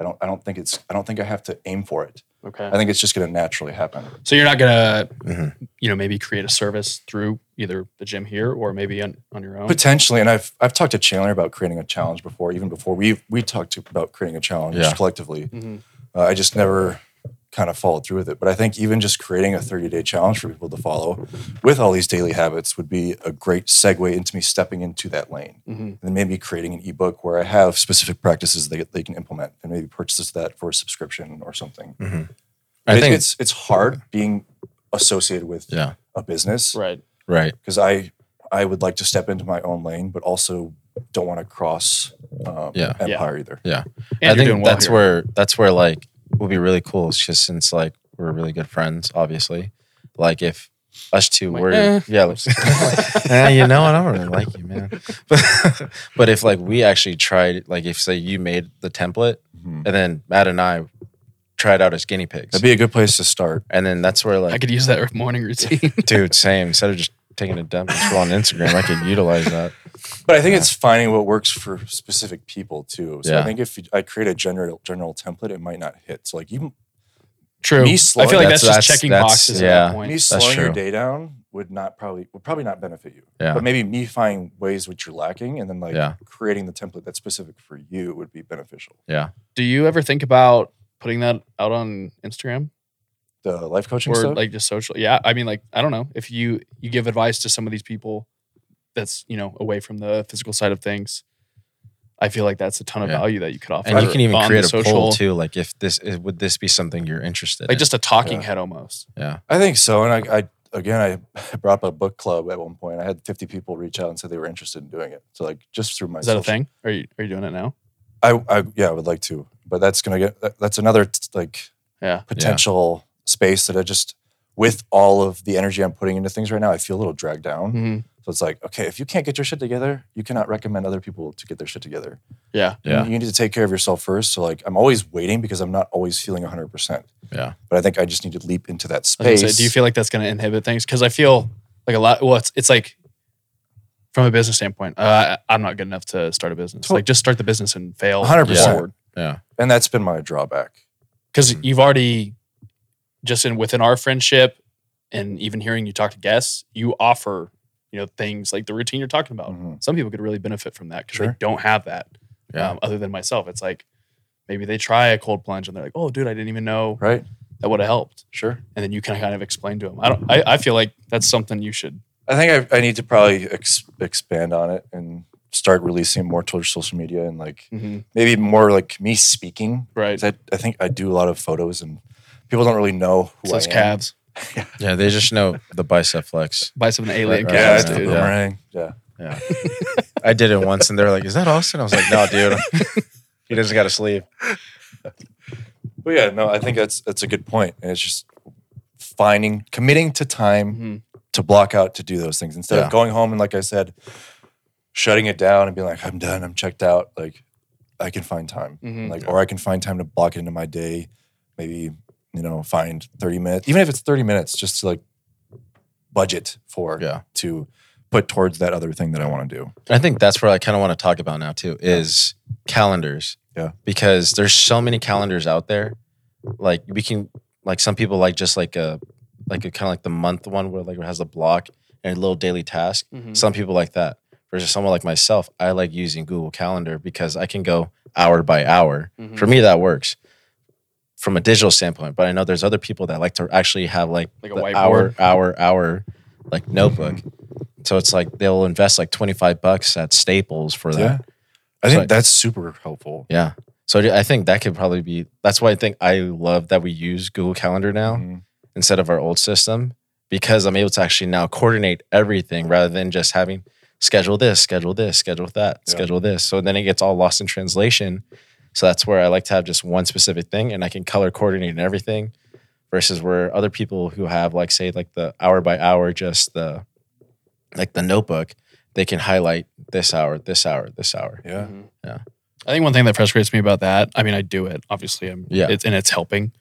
I don't. I don't think it's. I don't think I have to aim for it. Okay. I think it's just gonna naturally happen. So you're not gonna, Mhm. you know, maybe create a service through either the gym here or maybe on, on your Oh. own. Potentially, and I've I've talked to Chandler about creating a challenge before, even before we we talked to, about creating a challenge Yeah. collectively. Mhm. Uh, I just never kind of followed through with it. But I think even just creating a 30 day challenge for people to follow with all these daily habits would be a great segue into me stepping into that lane. Mhm. And then maybe creating an ebook where I have specific practices that they can implement and maybe purchase that for a subscription or something. Mm-hmm. I It- think it's it's hard being associated with Yeah. a business Right. right. because I I would like to step into my own lane, but also don't want to cross um, Yeah. Yeah. empire either. And I you're think doing well that's here. where that's where like would be really cool. It's just since like we're really good friends, obviously. Like if us two Like, were eh. yeah, like, eh, you know what? I don't really like you, man. But, but if like we actually tried, like if say you made the template Mhm. and then Matt and I tried out as guinea pigs, That'd be a good place to start. and then that's where I like could use that morning routine. dude, same. Instead of just taking a dump and scrolling Instagram, I could utilize that. But I think Yeah. it's finding what works for specific people too. So I Yeah. think if you, I create a general general template, it might not hit. So like you, True. Me I feel slow- like that's, That's- that's- just checking that's- boxes at yeah. that me point. slowing your true. day down would not probably would probably not benefit you. Yeah. But maybe me finding ways which you're lacking, and then like Yeah. creating the template that's specific for you would be beneficial. Do you ever think about putting that out on Instagram The life coaching or stuff, like just social? Yeah, I mean, like I don't know if you you give advice to some of these people that's you know away from the physical side of things. I feel like that's a ton of Yeah. value that you could offer. And you can even on create the a poll too. Like if this is, would this be something you're interested like in? just a talking Yeah. head almost. I think so. And I, I again, I brought up a book club at one point. I had 50 people reach out and said they were interested in doing it. So like just through my Is that a social- thing? Are you are you doing it now? I, I yeah, I would like to, but that's gonna get that- that's another t- like Yeah. potential space that I just with all of the energy I'm putting into things right now, I feel a little dragged down. Mm-hmm. hmm So it's like, okay, if you can't get your shit together, you cannot recommend other people to get their shit together. Yeah. You- Yeah. You, need to take care of yourself first. So like, I'm always waiting because I'm not always feeling 100. percent Yeah. But I think I just need to leap into that I was space. gonna say, do you feel like that's going to inhibit things? Because I feel like a lot. Well, it's it's like from a business standpoint, uh, I- I'm not good enough to start a business. Tot- Like just start the business and fail 100%. forward yeah, and that's been my drawback. because Mm-hmm. Mhm. you've already just in within our friendship and even hearing you talk to guests, you offer you know things like the routine you're talking about. Mhm. Some people could really benefit from that because they Sure. don't have that. yeah, Um, other than myself, it's like maybe they try a cold plunge and they're like, "Oh, dude, I didn't even know Right? that would have helped." Sure. and then you can kind of explain to them. I don't. I, I feel like that's something you should. I think I, I need to probably ex- expand on it and start releasing more towards social media and like maybe more like me speaking. Right. 'Cause I, I think I do a lot of photos and people don't really know who Those I am. calves, yeah. They just know the bicep flex. bicep and alien Right, Yeah, calves, it's right, the dude. right. boomerang. Yeah. Yeah, I did it once, and they were like, "Is that Austin?" I was like, "No, dude, he doesn't got to sleep." But yeah, no, I think that's that's a good point. And it's just finding committing to time Mhm. to block out to do those things instead Yeah. of going home and like I said, shutting it down and being like, I'm done, I'm checked out. Like I can find time. Mhm. like or i can find time to block it into my day maybe you know find 30 minutes even if it's 30 minutes just to like budget for Yeah, to put towards that other thing that i want to do I think that's what I kind of want to talk about now too is calendars. Yeah. because there's so many calendars out there. Like we can, like some people like just like a, like a kind of like the month one where like it has a block and a little daily task. Mhm. Some people like that. Versus someone like myself, I like using Google Calendar because I can go hour by hour. Mhm. For me, that works from a digital standpoint. But I know there's other people that like to actually have like, Like a the whiteboard. hour, hour, hour, like notebook. So it's like they'll invest like 25 bucks at Staples for that. Yeah. i So think I- that's super helpful Yeah. So I think that could probably be, that's why I think I love that we use Google Calendar now Mhm. instead of our old system because I'm able to actually now coordinate everything rather than just having schedule this, schedule this, schedule that, Yeah. schedule this. So then it gets all lost in translation. So that's where I like to have just one specific thing and I can color coordinate and everything versus where other people who have like say like the hour by hour just the like the notebook, they can highlight this hour, this hour, this hour. yeah Mhm. Yeah. I think one thing that frustrates me about that. I mean, I do it obviously. I'm, Yeah. It's and it's helping,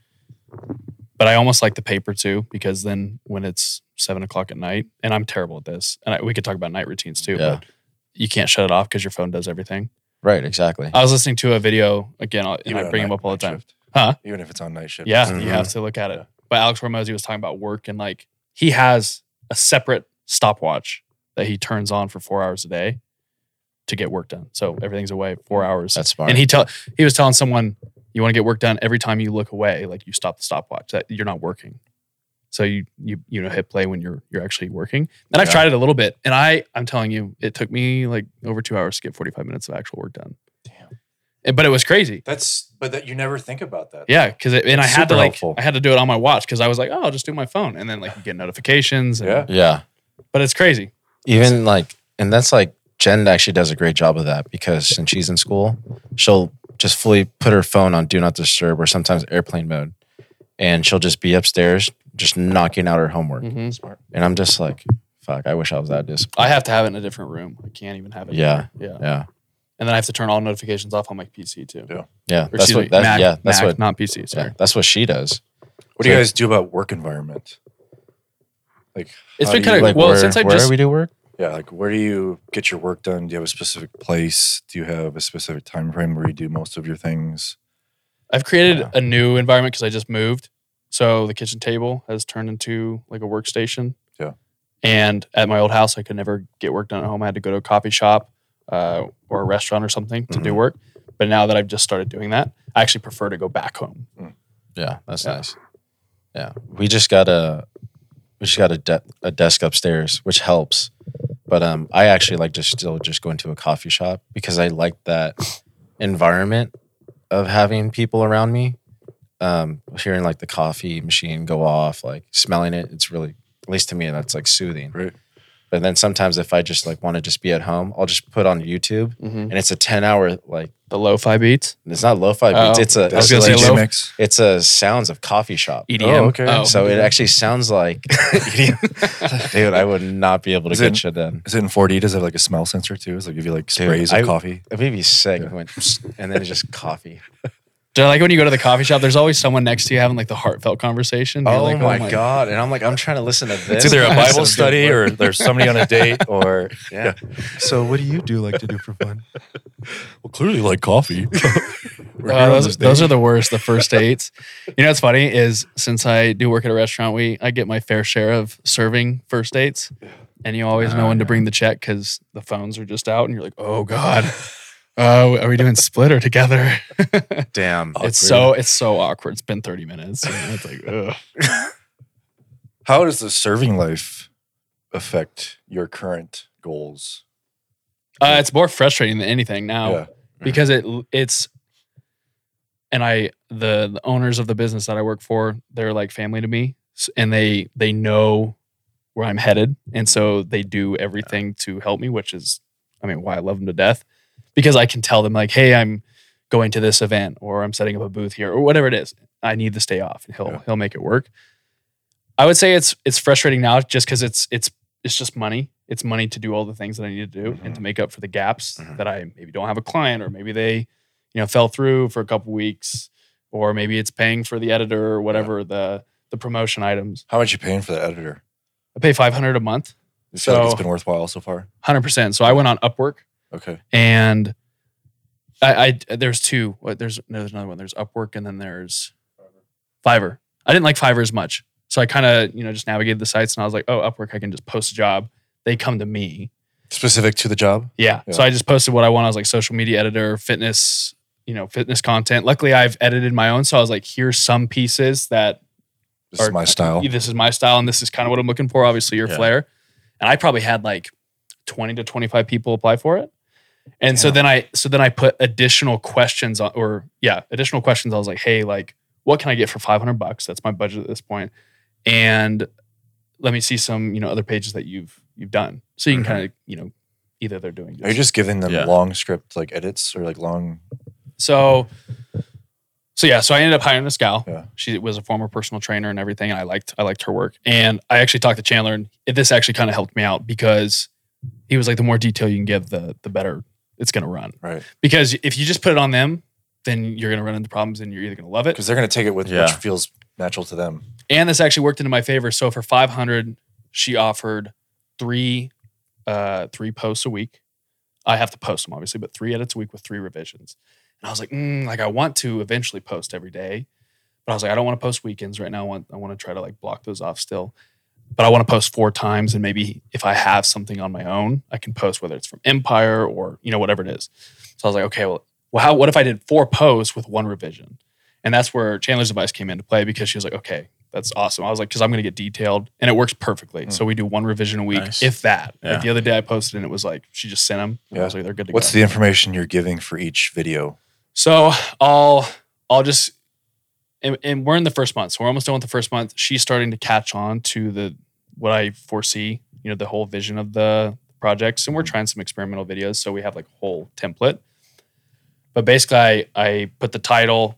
but I almost like the paper too because then when it's seven o'clock at night, and I'm terrible at this. And I, we could talk about night routines too, Yeah. but you can't shut it off because your phone does everything. Right, exactly. I was listening to a video again, I'll- and I bring him up all the time. Huh? Even if it's on night shift. Mm-hmm. Yeah, Mhm. you have to look at it. But Alex Hormozzi was talking about work and like he has a separate stopwatch that he turns on for four hours a day to get work done. So everything's away four hours. That's smart. And he tell he was telling someone you want to get work done every time you look away, like you stop the stopwatch. That you're not working. So you you you know hit play when you're you're actually working. And I've Yeah. tried it a little bit, and I I'm telling you, it took me like over two hours to get 45 minutes of actual work done. Damn. And- But it was crazy. That's but that you never think about that. Yeah, because and I had Super to like helpful. I had to do it on my watch because I was like, oh, I'll just do my phone, and then like you get notifications. and- Yeah. yeah. but it's crazy. Even like, and that's like Jen actually does a great job of that because since she's in school, she'll just fully put her phone on do not disturb or sometimes airplane mode, and she'll just be upstairs just knocking out her homework. Smart. And I'm just like, fuck, I wish I was that disciplined. Mm. I have to have it in a different room. I can't even have it. Yeah, yeah. yeah, And then I have to turn all notifications off on my PC too. Yeah. yeah. Or That's excuse me, what. That's, Mac- yeah, that's Mac, what. Not PC. Sorry. Yeah, that's what she does. What do you guys do about work environment? Like It's how been do you- kinda- Uh, Like, well, where, since I where just- we do work, Yeah, like where do you get your work done? Do you have a specific place? Do you have a specific time frame where you do most of your things? I've created Yeah. a new environment because I just moved. So the kitchen table has turned into like a workstation. Yeah. And at my old house, I could never get work done at home. I had to go to a coffee shop uh, or a restaurant or something to Mm-hmm. do work. But now that I've just started doing that, I actually prefer to go back home. Yeah, that's Yeah. nice. Yeah, we just got a we just got a, de- a desk upstairs, which helps. But um, I actually like just still just going to a coffee shop because I like that environment of having people around me. Um, hearing like the coffee machine go off, like smelling it, it's really at least to me that's like soothing. Right. But then sometimes if I just like want to just be at home, I'll just put on YouTube, Mm-hmm. and it's a ten hour like The lo-fi beats. it's not lo-fi, but it's, Oh. it's a I was gonna it's say like- lo- mix. it's a sounds of coffee shop. EDM. okay. Oh. So it actually sounds like, dude, I would not be able to Is get it- shit done. Is it in 4D? Does it have like a smell sensor too? Does it give you like sprays I- of coffee? It made me sick. It went, and then it's just coffee. Do I like when you go to the coffee shop? There's always someone next to you having like the heartfelt conversation. You're oh, like, my god! And I'm like, I'm trying to listen to It's this. either a instead of Bible doing study work. or there's somebody on a date or yeah. So what do you do like to do for fun? well, clearly like coffee. We're Uh, here on those, this those date. are the worst. The first dates. you know what's funny is since I do work at a restaurant, we I get my fair share of serving first dates, and you always know Oh, when to yeah. bring the check because the phones are just out, and you're like, oh god, oh, are we doing split or together? Damn. Awkward. It's so it's so awkward. It's been 30 minutes. you know, it's like, ugh. How does the serving life affect your current goals? Uh, it's more frustrating than anything now. because it it's and I the, the owners of the business that I work for they're like family to me s- and they they know where I'm headed and so they do everything to help me which is I mean why I love them to death because I can tell them like hey I'm going to this event or I'm setting up a booth here or whatever it is I need this day off and he'll Yeah. he'll make it work I would say it's it's frustrating now just cuz it's it's it's just money. It's money to do all the things that I need to do and to make up for the gaps Mhm. that I maybe don't have a client or maybe they, you know, fell through for a couple weeks or maybe it's paying for the editor or whatever the the promotion items. How much you paying for that editor? I pay 500 a month, You feel like it's So- been worthwhile so far? 100%. So I went on Upwork Okay. and I, I there's two. What there's no, there's another one. There's Upwork and then there's Fiverr. I didn't like Fiverr as much, so I kind of you know just navigated the sites and I was like, oh, Upwork, I can just post a job. They come to me. Specific to the job? Yeah. So I just posted what I want. I was like social media editor, fitness, you know, fitness content. Luckily, I've edited my own, so I was like, here's some pieces that This is Or- my style. this is my style and this is kind of what I'm looking for. Obviously, your Yeah. flair. And I probably had like 20 to 25 people apply for it. And so Damn. then I so then I put additional questions on or yeah, additional questions. I was like, hey, like, what can I get for 500 bucks? That's my budget at this point. And let me see some, you know, other pages that you've you've done. So you can Mhm. kind of, you know, either they're doing Mm-hmm. Are you just giving them Yeah. long script like edits or like long? So, so yeah, so I ended up hiring this gal. Yeah. She was a former personal trainer and everything, and I liked I liked her work. And I actually talked to Chandler, and it- this actually kind of helped me out because he was like, the more detail you can give, the the better it's going to run. Right. Because if you just put it on them, then you're going to run into problems, and you're either going to love it Because they're going to take it with Yeah. which feels natural to them. and this actually worked into my favor. So for 500, she offered three uh three posts a week i have to post them obviously but three edits a week with three revisions and i was like mm, like i want to eventually post every day but i was like i don't want to post weekends right now i want i want to try to like block those off still but i want to post four times and maybe if i have something on my own i can post whether it's from empire or you know whatever it is so i was like okay well, well how what if i did four posts with one revision and that's where Chandler's advice came into play because she was like, okay, that's awesome. I was like, because I'm going to get detailed and it works perfectly. Mm. So we do one revision a week, Nice. if that. Yeah. Like the other day I posted and it was like, she just sent them. Yeah. I was like, they're good to What's go. the information you're giving for each video? so I'll, I'll just, and, and we're in the first month. So we're almost done with the first month. She's starting to catch on to the, what I foresee, you know, the whole vision of the projects. And Mm-hmm. we're trying some experimental videos. So we have like a whole template. But basically, I, I put the title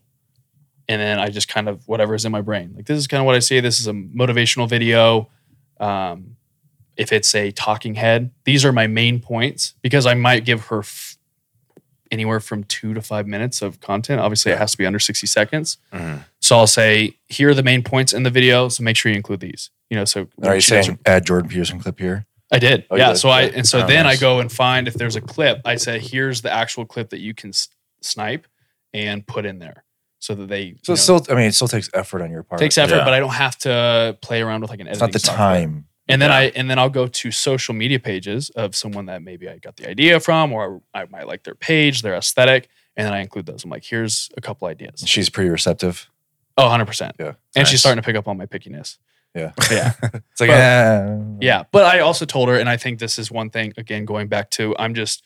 and then I just kind of whatever is in my brain. Like, this is kind of what I see. This is a motivational video. Um, if it's a talking head, these are my main points because I might give her f- anywhere from two to five minutes of content. Obviously, it has to be under 60 seconds. Mm-hmm. Mhm. So I'll say, here are the main points in the video. So make sure you include these. You know, so Are you she does her- saying add Jordan Peterson clip here? I did. Oh, you yeah. did? So I Yeah. and so Oh, then I nice. go and find if there's a clip. I say, here's the actual clip that you can s- snipe and put in there, so that they So you know, it still, I mean, it still takes effort on your part. takes effort, Yeah. but I don't have to play around with like an It's editing. not the software. time. And then I and then I'll go to social media pages of someone that maybe I got the idea from, or I might like their page, their aesthetic, and then I include those. I'm like, here's a couple ideas. She's pretty receptive. Oh, 100 percent. Yeah. And she's Nice. starting to pick up on my pickiness. Yeah. Yeah. It's like, But- yeah. Yeah, but I also told her, and I think this is one thing. Again, going back to I'm just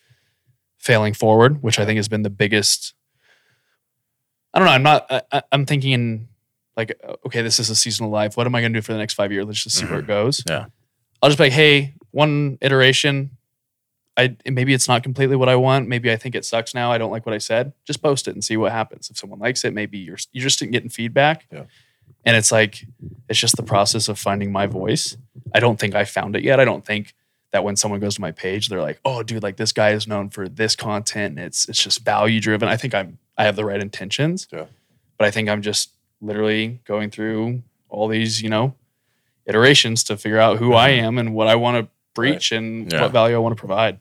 failing forward, which I think has been the biggest. I don't know. I'm not. I, I- I'm thinking in like, uh, okay, this is a seasonal life. What am I going to do for the next five years? Let's just see where it goes. Yeah. I'll just be like, hey, one iteration. I maybe it's not completely what I want. Maybe I think it sucks now. I don't like what I said. Just post it and see what happens. If someone likes it, maybe you're you're just getting feedback. Yeah. And it's like it's just the process of finding my voice. I don't think I found it yet. I don't think that when someone goes to my page, they're like, "Oh, dude, like this guy is known for this content. And it's it's just value driven." I think I'm I have the right intentions, Yeah. but I think I'm just literally going through all these you know iterations to figure out who I am and what I want to breach and Yeah. what value I want to provide.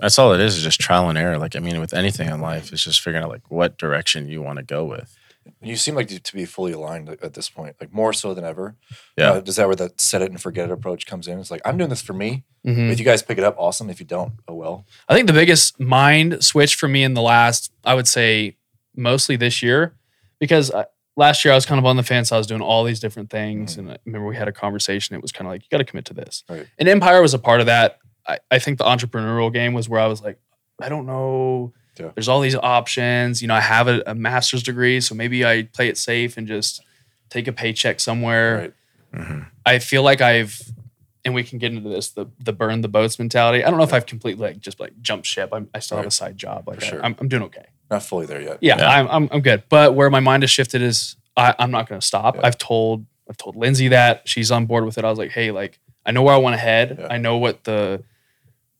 That's all it is, is just trial and error. Like, I mean, with anything in life, it's just figuring out like what direction you want to go with. You seem like to be fully aligned at this point, like more so than ever. Yeah. Uh, Is that where that set it and forget it approach comes in? It's like, I'm doing this for me. Mhm. If you guys pick it up, awesome. If you don't, oh well. I think the biggest mind switch for me in the last, I would say, mostly this year, because I, last year I was kind of on the fence. I was doing all these different things, Mhm. and I remember we had a conversation. It was kind of like you got to commit to this. Right. And Empire was a part of that. I, I think the entrepreneurial game was where I was like, I don't know. Yeah. There's all these options. You know, I have a, a master's degree, so maybe I play it safe and just take a paycheck somewhere. Right. Mm-hmm. I feel like I've, and we can get into this the the burn the boats mentality. I don't know if I've completely like just like jumped ship. I'm, I still have a Right. side job. Like For I- sure. I'm, I'm doing okay. Not fully there yet. Yeah, Yeah. I'm, I'm I'm good. But where my mind has shifted is I, I'm not going to stop. Yeah. I've told I've told Lindsay that she's on board with it. I was like, hey, like I know where I want to head. Yeah. I know what the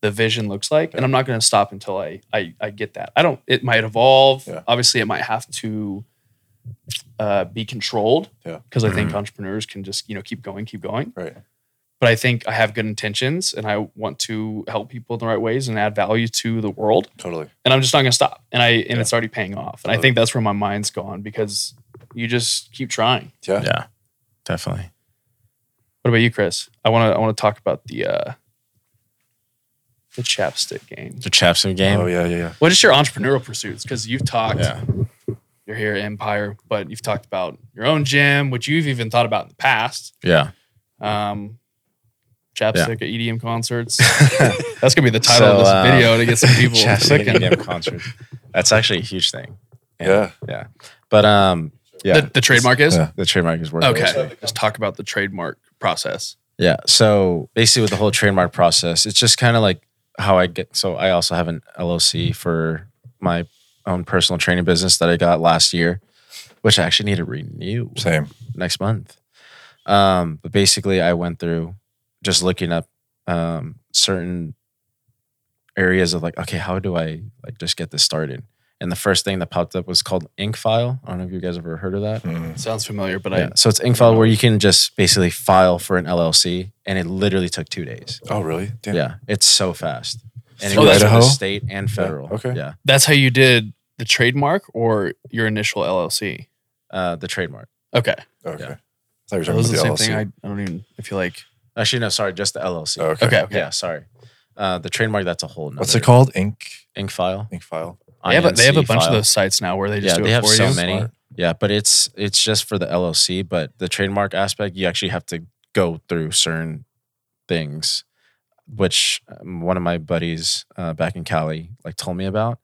the vision looks like, and I'm not going to stop until I, I I get that. I don't. It might evolve. Yeah. Obviously, it might have to uh, be controlled. Yeah. Because I think entrepreneurs can just you know keep going, keep going Right. but I think I have good intentions and I want to help people in the right ways and add value to the world. Totally. And I'm just not going to stop. And I and Yeah. it's already paying off. And I Totally. think that's where my mind's gone because you just keep trying. Yeah. Yeah, definitely. What about you, Chris? I want to I want to talk about the uh the chapstick game. The Chapson game. Oh, yeah, yeah, yeah. What is your entrepreneurial pursuits? Because you've talked, Yeah. you're here at Empire, but you've talked about your own gym, which you've even thought about in the past. Yeah. Um, chapstick at EDM concerts. That's gonna be the title So, of this uh, E video to get some people Chapson clicking. game concert. That's actually a huge thing. Yeah. Yeah. But um, yeah, The, the trademark is Yeah. the trademark is working. okay. Let's talk about the trademark process. Yeah. So basically, with the whole trademark process, it's just kind of like how I get. So I also have an LLC for my own personal training business that I got last year, which I actually need to renew Same. next month. Um, but basically, I went through just looking up um, certain areas of like, okay, how do I like just get this started? And the first thing that popped up was called Inkfile. I don't know if you guys ever heard of that. Mm. Sounds familiar, but Yeah. So it's Inkfile where you can just basically file for an LLC, and it literally took two days. Oh, really? Damn. Yeah, it's so fast. And it Oh, goes that's to the cool. state and federal. okay. Yeah. that's how you did the trademark or your initial LLC. Uh, the trademark. Okay, Okay. Yeah. I thought you that were was the talking same about the thing. I, LLC. I don't even. I feel like Actually, no, sorry, just the LLC. Oh, okay. okay, okay. Yeah, sorry. Uh, the trademark. That's a whole. Nother What's it called? Ink. Ink file. Ink file. They have, a, they have a INC bunch of file. those sites now where they just yeah, do it they have for so you. many. Smart. Yeah, but it's it's just for the LLC. But the trademark aspect, you actually have to go through certain things, which um, one of my buddies uh, back in Cali like told me about.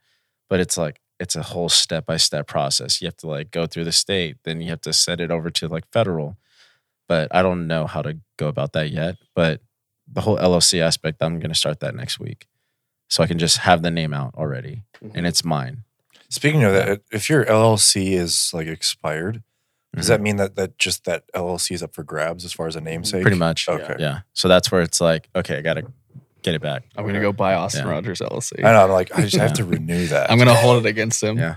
But it's like it's a whole step by step process. You have to like go through the state, then you have to send it over to like federal. But I don't know how to go about that yet. But the whole LLC aspect, I'm gonna start that next week, so I can just have the name out already, and it's mine. Speaking of that, if your LLC is like expired, does Mm-hmm. that mean that that just that LLC is up for grabs as far as a namesake? Pretty much. Okay. Yeah. So that's where it's like, okay, I gotta get it back. I'm gonna go buy Austin Yeah. Rogers LLC. I know. I'm like, I just have Yeah. to renew that. I'm gonna hold it against him. Yeah.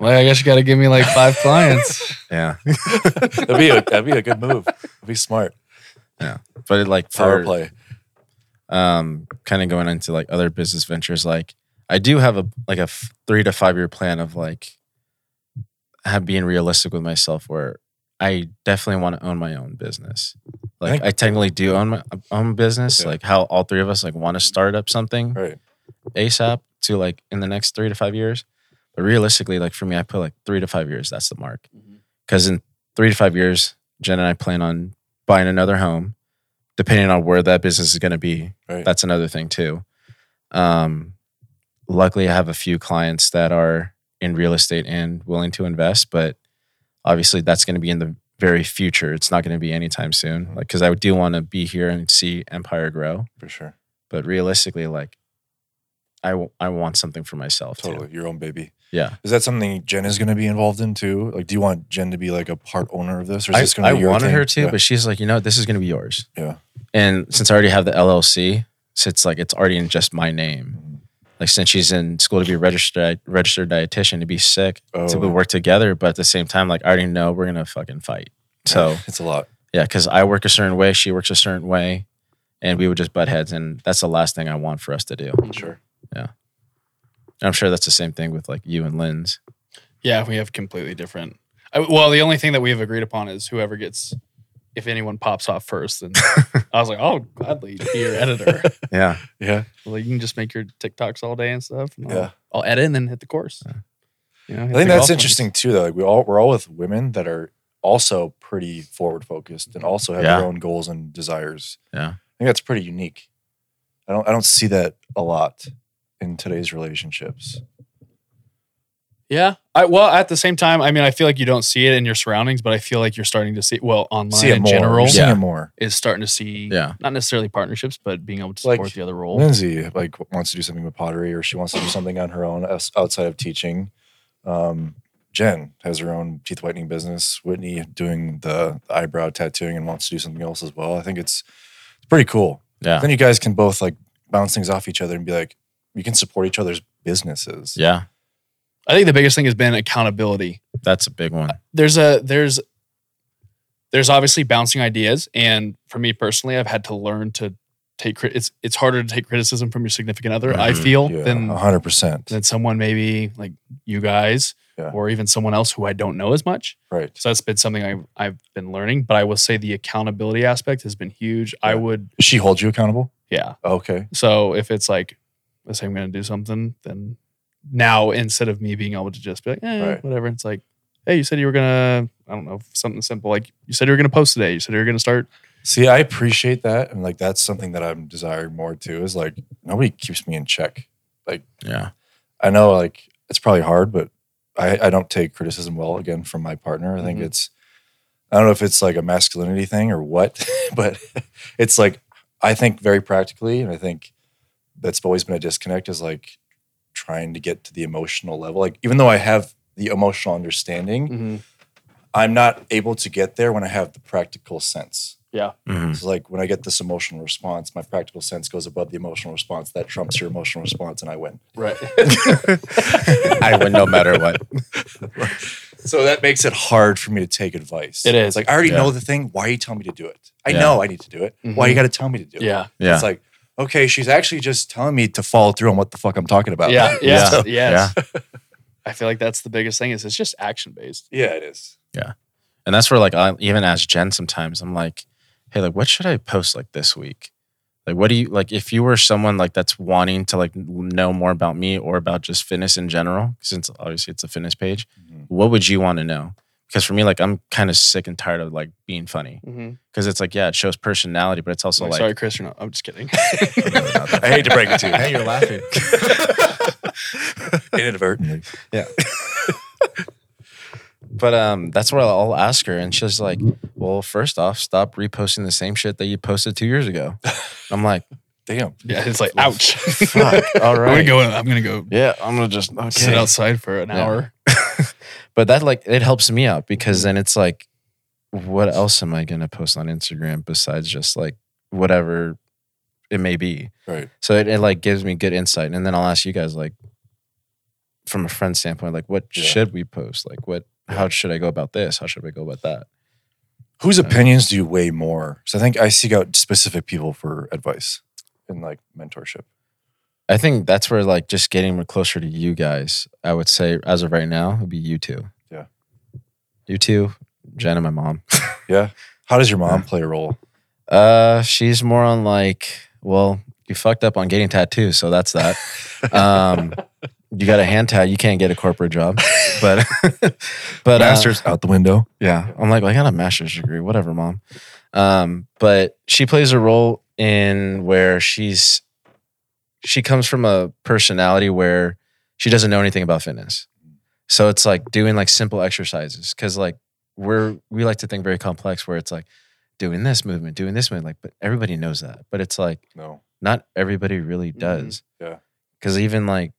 Well, I guess you got to give me like five clients. Yeah. that'd be a that'd be a good move. That'd be smart. But it like Power for play. um kind of going into like other business ventures, like I do have a like a f- three to five year plan of like have being realistic with myself where I definitely want to own my own business. Like I, think- technically do own my own business, Yeah. like how all three of us like want to start up something Right. ASAP to like in the next three to five years. But realistically, like for me, I put like three to five years. That's the mark. Mm-hmm. Because in three to five years, Jen and I plan on buying another home, depending on where that business is going to be. Right. That's another thing too. Um, luckily, I have a few clients that are in real estate and willing to invest, but obviously, that's going to be in the very future. It's not going to be anytime soon. Like, because I do want to be here and see Empire grow, for sure. but realistically, like, I, w- I want something for myself. too. Totally. Your own baby. Yeah. Is that something Jen is going to be involved in too? Like, do you want Jen to be like a part owner of this, or is I, this going to I be your wanted thing? her to, Yeah. but she's like, you know, this is gonna be yours. Yeah. And since I already have the LLC, so it's like it's already in just my name. Mm-hmm. Like since she's in school to be a registered registered dietitian, to be sick, Oh, to we work together, but at the same time, like I already know we're gonna fucking fight. So it's a lot. yeah, because I work a certain way, she works a certain way, and we would just butt heads, and that's the last thing I want for us to do. Sure. I'm sure that's the same thing with like you and Lynn's. Yeah, we have completely different. I, well, the only thing that we have agreed upon is whoever gets, if anyone pops off first, then I was like, I'll gladly be your editor. Yeah. Yeah. like you can just make your TikToks all day and stuff. and I'll, Oh. Yeah. I'll edit and then hit the course. You know, hit the I think golf that's ones. interesting too. Though, like we all we're all with women that are also pretty forward focused and also have Yeah. their own goals and desires. Yeah. I think that's pretty unique. I don't I don't see that a lot in today's relationships. Yeah. I well, at the same time, I mean, I feel like you don't see it in your surroundings, but I feel like you're starting to see well online see it in more. general You're seeing Yeah. it more. is starting to see Yeah. not necessarily partnerships, but being able to Like, support the other role. Lindsay like wants to do something with pottery, or she wants to do something on her own us- outside of teaching. Um, Jen has her own teeth whitening business. Whitney doing the eyebrow tattooing and wants to do something else as well. I think it's it's pretty cool. Yeah. Then you guys can both like bounce things off each other and be like, you can support each other's businesses. Yeah. I think the biggest thing has been accountability. That's a big one. There's a there's there's obviously bouncing ideas, and for me personally, I've had to learn to take crit- it's it's harder to take criticism from your significant other. I Mhm. feel Mm-hmm. Yeah, than hundred percent. than someone maybe like you guys Yeah. or even someone else who I don't know as much. Right. So that's been something I've, I've been learning, but I will say the accountability aspect has been huge. I Yeah. would, She holds you accountable. yeah. Okay. So if it's like, let's say I'm going to do something, then now instead of me being able to just be like, eh, Right. whatever, it's like, hey, you said you were going to, I don't know, something simple. Like you said you were going to post today. You said you were going to start. See, I appreciate that, and like that's something that I'm desiring more too. Is like nobody keeps me in check. Yeah. I know like it's probably hard, but I, I don't take criticism well again from my partner. I think Mhm. it's I don't know if it's like a masculinity thing or what, but it's like I think very practically, and I think that's always been a disconnect is like trying to get to the emotional level. Like even though I have the Mm-hmm. emotional understanding, I'm not able to get there when I have the practical sense. Mm-hmm. Mm. It's like when I get this emotional response, my practical sense goes above the emotional response. That trumps your emotional response, and I win. Right. I win no matter what. So that makes it hard for me to take advice. It is. It's like I already Yeah. know the thing. Why are you telling me to do it? I Yeah. know I need to do it. Why Mhm. you got to tell me to do it? Yeah. Yeah. It's like okay, she's actually just telling me to follow through on what the fuck I'm talking about. Yeah. Yeah. Yeah. Yes. I feel like that's the biggest thing is it's just action based. yeah, it is. And that's where like I even ask Jen sometimes. I'm like, hey, like what should I post like this week? Like what do you like if you were someone like that's wanting to like know more about me or about just fitness in general, since obviously it's a fitness page, Mm-hmm. Mhm. what would you want to know? Because for me, like I'm kind of sick and tired of like being funny. Mm-hmm. Because it's like, yeah, it shows personality, but it's also So like sorry, Chris, you're not. I'm just kidding. I hate to break it to you. Hey, you're laughing. Inadvertently. But um, that's where I'll ask her, and she's like, "Well, first off, stop reposting the same shit that you posted two years ago." I'm like, Damn. yeah. It's like, ouch. "Fuck, all I'm gonna right, go. I'm gonna go yeah, I'm gonna just okay." sit outside for an Yeah. hour. But that like it helps me out because then it's like, what else am I gonna post on Instagram besides just like whatever it may be? Right. So it, it like gives me good insight, and then I'll ask you guys like, from a friend standpoint, like, what Yeah. should we post? Like, what? How should I go about this? How should I go about that? Whose opinions do you weigh more? So I think I seek out specific people for advice and like mentorship. I think that's where like just getting more closer to you guys. I would say as of right now, it'd be you two. Yeah. You two, Jen and my mom. Yeah. How does your mom play a role? Uh, she's more on like, well, you fucked up on getting tattoos, so that's that. um, you got a hand tat, you can't get a corporate job, but but uh, Masters out the window. yeah, I'm like, well, I got a master's degree, whatever, mom. Um, but she plays a role in where she's she comes from a personality where she doesn't know anything about fitness. So it's like doing like simple exercises because like we're we like to think very complex where it's like doing this movement, doing this movement, like but everybody knows that. But it's like No. not everybody really Mhm. does. Mm-hmm. Yeah. Cause even like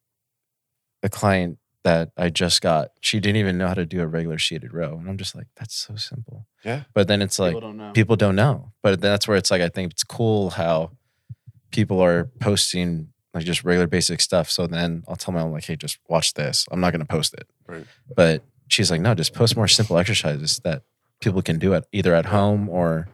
the client that I just got, she didn't even know how to do a regular seated row. And I'm just like, that's so simple. Yeah. But then it's like people don't know. don't, know. But that's where it's like I think it's cool how people are posting like just regular basic stuff. So then I'll tell my mom like, hey, just watch this. I'm not gonna post it. Right. But she's like, no, just post more simple exercises that people can do at either at home or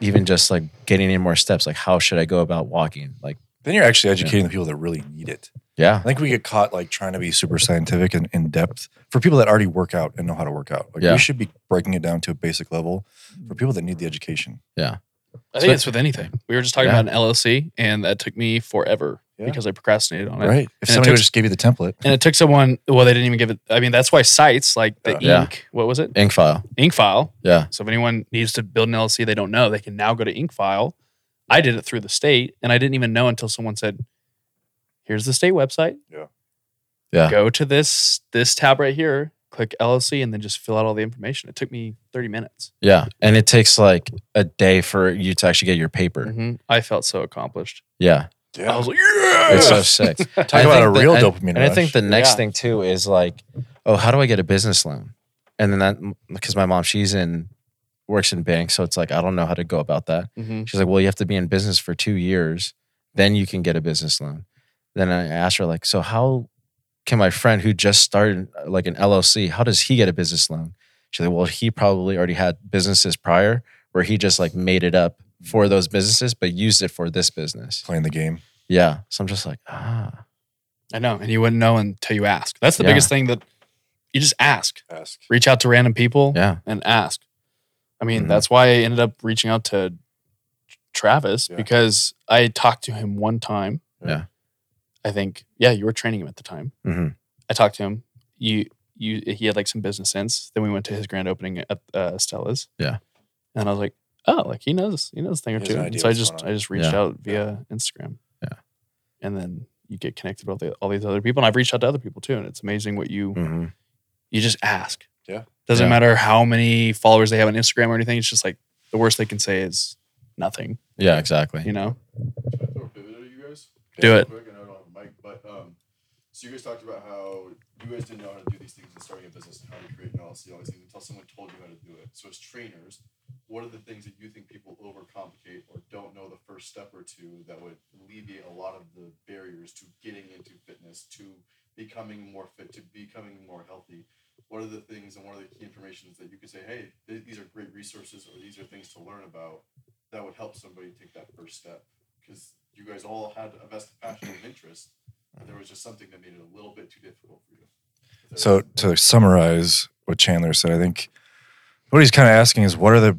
even just like getting in more steps. Like, how should I go about walking? Like, Then you're actually educating the people that really need it. yeah, I think we get caught like trying to be super scientific and in depth for people that already work out and know how to work out. Like Yeah. we should be breaking it down to a basic level for people that need the education. I think it's with anything. We were just talking Yeah. about an LLC, and that took me forever Yeah. because I procrastinated on it. Right. If it somebody would takes- just give you the template. And it took someone. Well, they didn't even give it. I mean, that's why sites like the Yeah. ink. Yeah. What was it? ink file. Ink file. Yeah. So if anyone needs to build an LLC they don't know, they can now go to Ink file. I did it through the state, and I didn't even know until someone said, "Here's the state website. Yeah. Yeah. Go to this this tab right here. Click LLC, and then just fill out all the information." It took me 30 minutes. Yeah. And it takes like a day for you to actually get your paper. Mhm. I felt so accomplished. Mm-hmm. Yeah. I Yeah. was like, "Yeah." It's so sick. Talk Talk about a real dopamine And, rush. I think the next Yeah. thing too is like, oh, how do I get a business loan? And then that, because my mom, she's in, works in banks. So it's like, I don't know how to go about that. Mhm. She's like, well, you have to be in business for two years, then you can get a business loan. Then I asked her, like, so how can my friend who just started uh, like an LLC, how does he get a business loan? She's like, well, he probably already had businesses prior where he just like made it up for those businesses, but used it for this business. playing the game. Yeah. So I'm just like, ah, I know, and you wouldn't know until you ask. That's the Yeah. biggest thing that you just ask. Ask. Reach out to random people. yeah, and ask. I mean, Mhm. that's why I ended up reaching out to Travis Yeah. because I talked to him one time. Yeah. I think yeah, you were training him at the time. Mhm. I talked to him. You you he had like some business sense. Then we went to his grand opening at uh, Stella's. Yeah. and I was like, oh, like he knows he knows a thing or He has two. an And idea so I what's just going on. I just reached Yeah. out via Instagram. Yeah. and then you get connected with all the- all these other people, and I've reached out to other people too, and it's amazing what you mhm. you just ask. Yeah. Doesn't Yeah. matter how many followers they have on Instagram or anything. It's just like the worst they can say is nothing, yeah, exactly. you know? Throw a pivot at you guys. Do it. Quick, I know I don't have a mic, but um, so you guys talked about how you guys didn't know how to do these things and starting a business and how to create an LLC, all these things until someone told you how to do it. So as trainers, what are the things that you think people overcomplicate or don't know the first step or two that would alleviate a lot of the barriers to getting into fitness, to becoming more fit, to becoming more healthy? What are the things and what are the key informations that you could say, hey, th- these are great resources or these are things to learn about that would help somebody take that first step? Because you guys all had a vested passion and interest, but there was just something that made it a little bit too difficult for you. If there- So to summarize what Chandler said, I think what he's kind of asking is what are the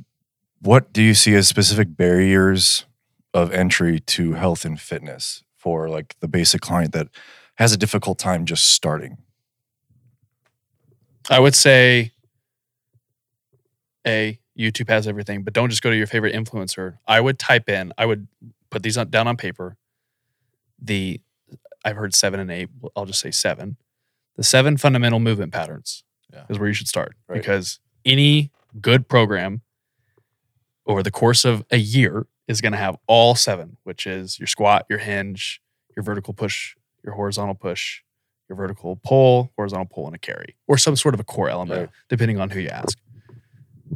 what do you see as specific barriers of entry to health and fitness for like the basic client that has a difficult time just starting? I would say A, YouTube has everything, but don't just go to your favorite influencer. I would type in, I would put these on, down on paper. The, I've heard seven and eight, well, I'll just say seven. The seven fundamental movement patterns Yeah. is where you should start Right. because any good program over the course of a year is going to have all seven, which is your squat, your hinge, your vertical push, your horizontal push, your vertical pull, horizontal pull, and a carry, or some sort of a core element, Right. depending on who you ask.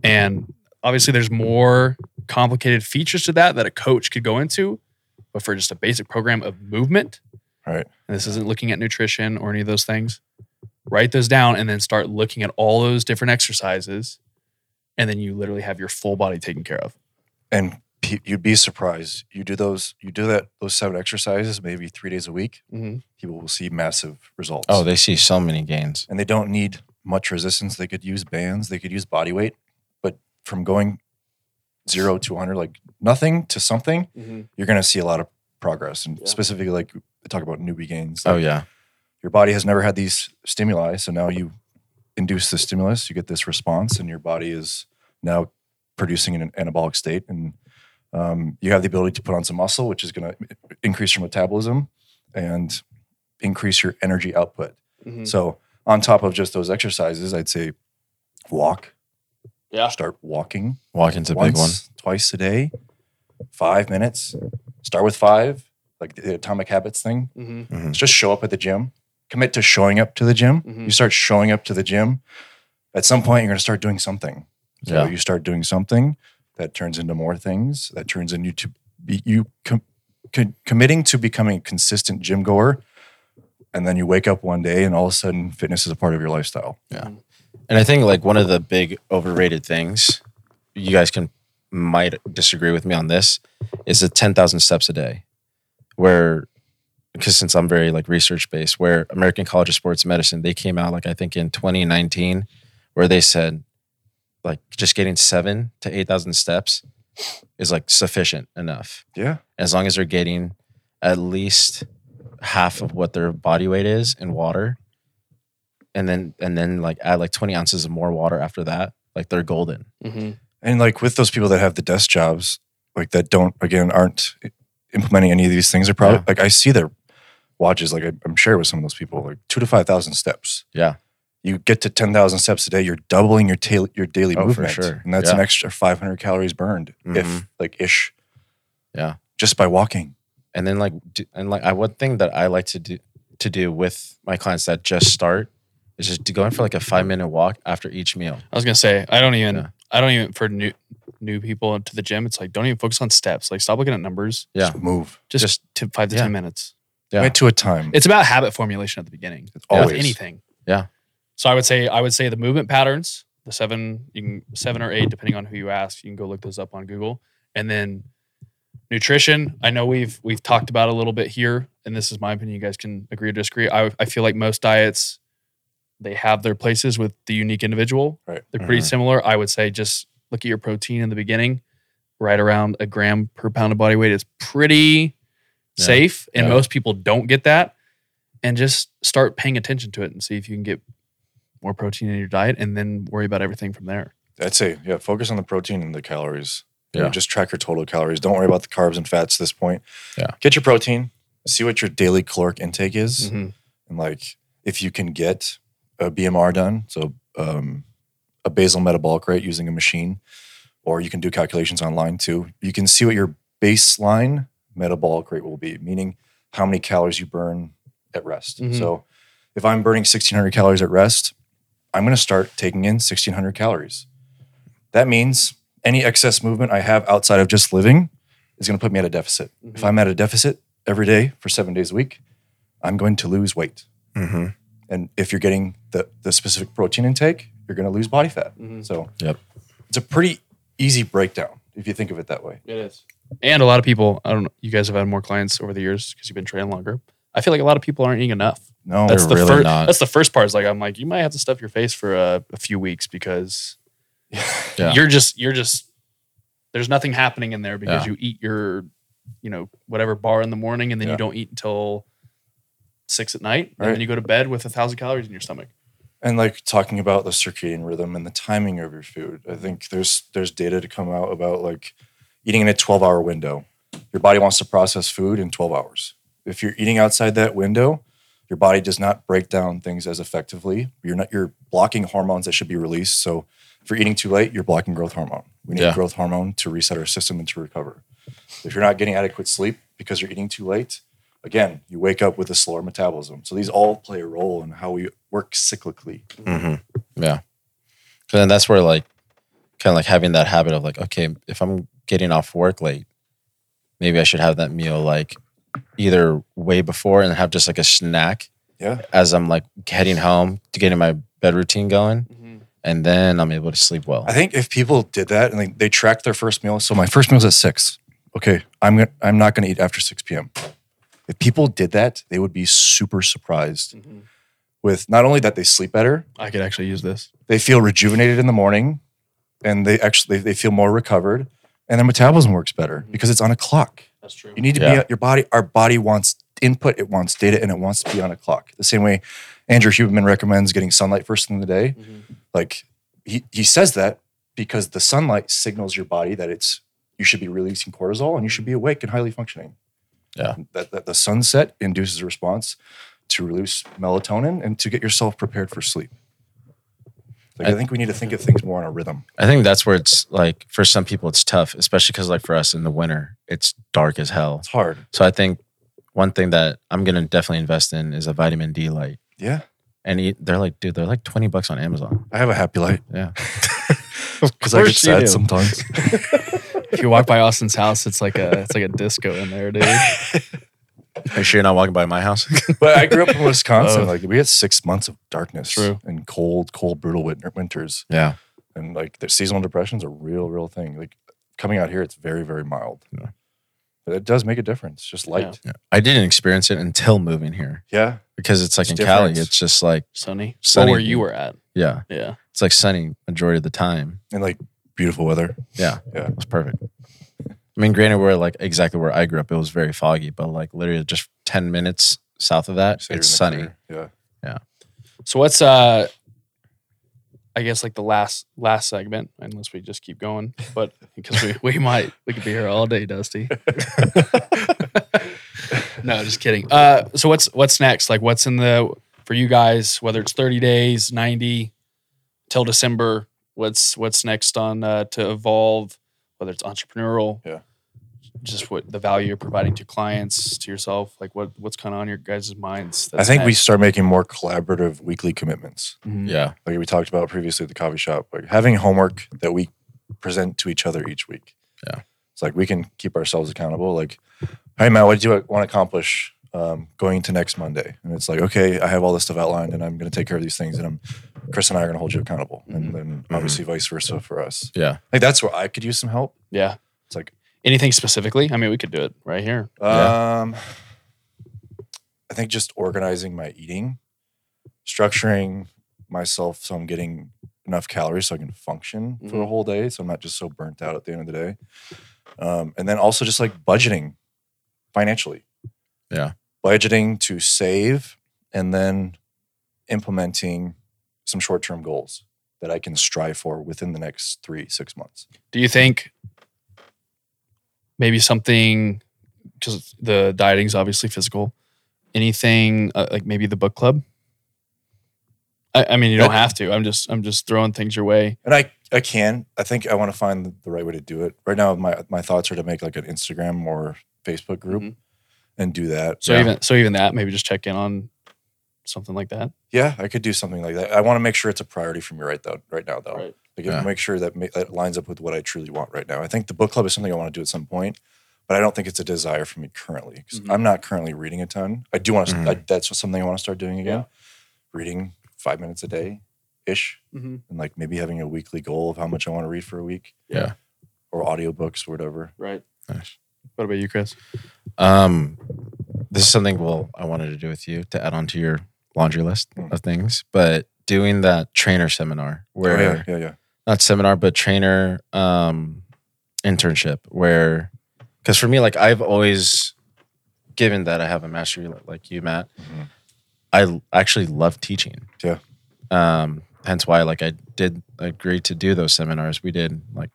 And obviously, there's more complicated features to that that a coach could go into, but for just a basic program of movement, Right. And this isn't looking at nutrition or any of those things. Write those down and then start looking at all those different exercises, and then you literally have your full body taken care of. And pe- you'd be surprised. You do those, you do that those seven exercises maybe three days a week. Mhm. People will see massive results. Oh, they see so many gains. and they don't need much resistance. They could use bands, they could use body weight, but from going zero to 100, like nothing to something, you're going to see a lot of progress. And Yeah. specifically, like we talk about newbie gains. Oh Like, yeah. Your body has never had these stimuli. So now you induce the stimulus, you get this response, and your body is now producing an anabolic state. And um, you have the ability to put on some muscle, which is going to increase your metabolism and increase your energy output. So on top of just those exercises, I'd say walk. Yeah. Start walking Walking's a once, big one. twice a day, five minutes. Start with five, like the Atomic Habits thing. Mhm. Mhm. Just show up at the gym. Commit to showing up to the gym. Mhm. You start showing up to the gym. At some point, you're going to start doing something. So Yeah. you start doing something that turns into more things. That turns into to be, you com- co- committing to becoming a consistent gym goer. And then you wake up one day, and all of a sudden, fitness is a part of your lifestyle. And I think like one of the big overrated things, you guys can might disagree with me on this, is the ten thousand steps a day, where because since I'm very like research based, where American College of Sports Medicine they came out like I think in 2019, where they said like just getting seven to eight thousand steps is like sufficient enough Yeah. as long as they're getting at least half of what their body weight is in water and then and then like add like 20 ounces of more water after that like they're golden And like with those people that have the desk jobs, like that don't again aren't i- implementing any of these things. Are probably Yeah. like I see their watches. Like I, I'm sure with some of those people, like two to five thousand steps. Yeah. you get to ten thousand steps a day. You're doubling your ta- your daily Oh, for movement, sure. and that's Yeah. an extra 500 calories burned, if Mhm. like ish. Yeah. just by walking. and then like do, and like I one thing that I like to do to do with my clients that just start is just to go in for like a five minute walk after each meal. I was gonna say I don't even Yeah. I don't even for new new people to the gym. It's like don't even focus on steps. Like stop looking at numbers. Yeah. Just move. Just, Just- t- five to yeah. ten minutes. Yeah. Commit to a time. It's about habit formulation at the beginning. It's with always anything. Yeah. So I would say I would say the movement patterns, the seven you can seven or eight depending on who you ask. You can go look those up on Google, and then nutrition. I know we've we've talked about a little bit here, and this is my opinion. You guys can agree or disagree. I I feel like most diets they have their places with the unique individual. Right. They're pretty Mhm. similar. I would say just look at your protein in the beginning, right around a gram per pound of body weight is pretty Yeah. safe, and Yeah. most people don't get that. And just start paying attention to it and see if you can get more protein in your diet, and then worry about everything from there. I'd say, yeah, focus on the protein and the calories. You know, Yeah. just track your total calories. Don't worry about the carbs and fats at this point. Yeah. Get your protein, see what your daily caloric intake is. And like if you can get a BMR done, so um, a basal metabolic rate using a machine, or you can do calculations online too. You can see what your baseline metabolic rate will be, meaning how many calories you burn at rest. Mhm. So if I'm burning 1600 calories at rest, I'm going to start taking in 1600 calories. That means any excess movement I have outside of just living is going to put me at a deficit. If I'm at a deficit every day for seven days a week, I'm going to lose weight. Mm-hmm. And if you're getting the, the specific protein intake, you're going to lose body fat. Mhm. So Yep. it's a pretty easy breakdown if you think of it that way. It is. And a lot of people, I don't know, you guys have had more clients over the years because you've been training longer. I feel like a lot of people aren't eating enough. No, That's They're the really first. not. That's the first part. Is like I'm like you might have to stuff your face for a, a few weeks because Yeah. you're just you're just there's nothing happening in there because you eat your you know whatever bar in the morning and then Yeah. you don't eat until six at night and Right. then you go to bed with a thousand calories in your stomach. and like talking about the circadian rhythm and the timing of your food i think there's there's data to come out about like eating in a 12 hour window your body wants to process food in 12 hours if you're eating outside that window your body does not break down things as effectively you're not you're blocking hormones that should be released so if you're eating too late you're blocking growth hormone we need Yeah. growth hormone to reset our system and to recover if you're not getting adequate sleep because you're eating too late again you wake up with a slower metabolism so these all play a role in how we work cyclically Mm-hmm. Yeah. And then that's where like kind of like having that habit of like, okay, if I'm getting off work late, maybe I should have that meal like either way before and have just like a snack Yeah. as I'm like heading home to getting my bed routine going. Mm-hmm. And then I'm able to sleep well. I think if people did that and they, they tracked their first meal, so my first meal's at six. Okay, I'm gonna, I'm not going to eat after six p.m. If people did that, they would be super surprised Mm-hmm. with not only that they sleep better, I could actually use this. they feel rejuvenated in the morning, and they actually they feel more recovered, and their metabolism works better because it's on a clock. That's true. You need to be Yeah. at your body. Our body wants input, it wants data, and it wants to be on a clock. The same way Andrew Huberman recommends getting sunlight first thing in the day. Mm-hmm. Like he, he says that because the sunlight signals your body that it's you should be releasing cortisol and you should be awake and highly functioning. Yeah. That, that the sunset induces a response to release melatonin and to get yourself prepared for sleep. Like I, I- think we need to think of things more on a rhythm. I think that's where it's like for some people it's tough, especially because like for us in the winter, it's dark as hell. It's hard. So I think one thing that I'm gonna definitely invest in is a vitamin D light. Yeah. and eat, they're like, dude, they're like twenty bucks on Amazon. I have a happy light Yeah, because I get course you do. sad sometimes. If you walk by Austin's house, it's like a it's like a disco in there, dude. are you sure you're not walking by my house? but I grew up in Wisconsin. Oh. Like we had six months of darkness True. and cold, cold, brutal winter, winters, yeah, and like the seasonal depression's a real, real thing. Like coming out here, it's very, very mild, Yeah. but it does make a difference. Just light, yeah. I didn't experience it until moving here because it's like It's in different. Cali, it's just like Sunny. Sunny. Sunny. where you were at. yeah, Yeah. it's like sunny majority of the time. and like beautiful weather. Yeah, Yeah. it was perfect. I mean, granted, we're like exactly where I grew up. It was very foggy, but like literally just ten minutes south of that, So you're it's in the sunny. clear. Yeah, So what's uh I guess like the last last segment, unless we just keep going, but because we, we might we could be here all day, Dusty. no, just kidding. Uh so what's what's next? Like what's in the for you guys, whether it's 30 days, 90 till December, what's what's next on uh to evolve, whether it's entrepreneurial, Yeah. just what the value you're providing to clients, to yourself, like what what's kind of on your guys' minds. I think we start making more collaborative weekly commitments. we Yeah, Like we talked about previously at the coffee shop, like having homework that we present to each other each week. Yeah. it's like we can keep ourselves accountable. Like hey Matt, what do you want to accomplish um, going into next Monday? And it's like, okay, I have all this stuff outlined, and I'm going to take care of these things, and I'm Chris and I are going to hold you accountable, and then obviously vice versa for us. Mm-hmm. yeah, Like that's where I could use some help. Yeah. It's like, Anything specifically? I mean, we could do it right here. Yeah. um, I think just organizing my eating, structuring myself so I'm getting enough calories so I can function for a Mm-hmm. Mhm. whole day, so I'm not just so burnt out at the end of the day. Um, and then also just like budgeting financially. Yeah. budgeting to save and then implementing some short-term goals that I can strive for within the next three, six months. Do you think maybe something because the dieting's obviously physical? Anything uh, like maybe the book club? I, I mean, you don't have to. I'm just I'm just throwing things your way. And I, I can. I think I want to find the- the right way to do it. Right now, my my thoughts are to make like an Instagram or Facebook group Mhm. and do that. So Yeah. even so even that maybe just check in on something like that. Yeah, I could do something like that. I want to make sure it's a priority for me right though, right now though. Right. Like Yeah. make sure that, ma- that lines up with what I truly want right now. I think the book club is something I want to do at some point, but I don't think it's a desire for me currently 'cause Mhm. I'm not currently reading a ton. I do want to. Mhm. That's something I want to start doing again. Reading five minutes a day, ish, Mm-hmm. and like maybe having a weekly goal of how much I want to read for a week. Yeah. Or audiobooks or whatever. Right. Mm. Nice. What about you, Chris? Um, this is something well I wanted to do with you to add on to your laundry list Mm. of things, but doing that trainer seminar where Oh, yeah, yeah, yeah. not seminar but trainer um internship where because for me like I've always given that I have a mastery li- like you Matt Mhm. I l- actually love teaching Yeah. um hence why like I did agree to do those seminars we did like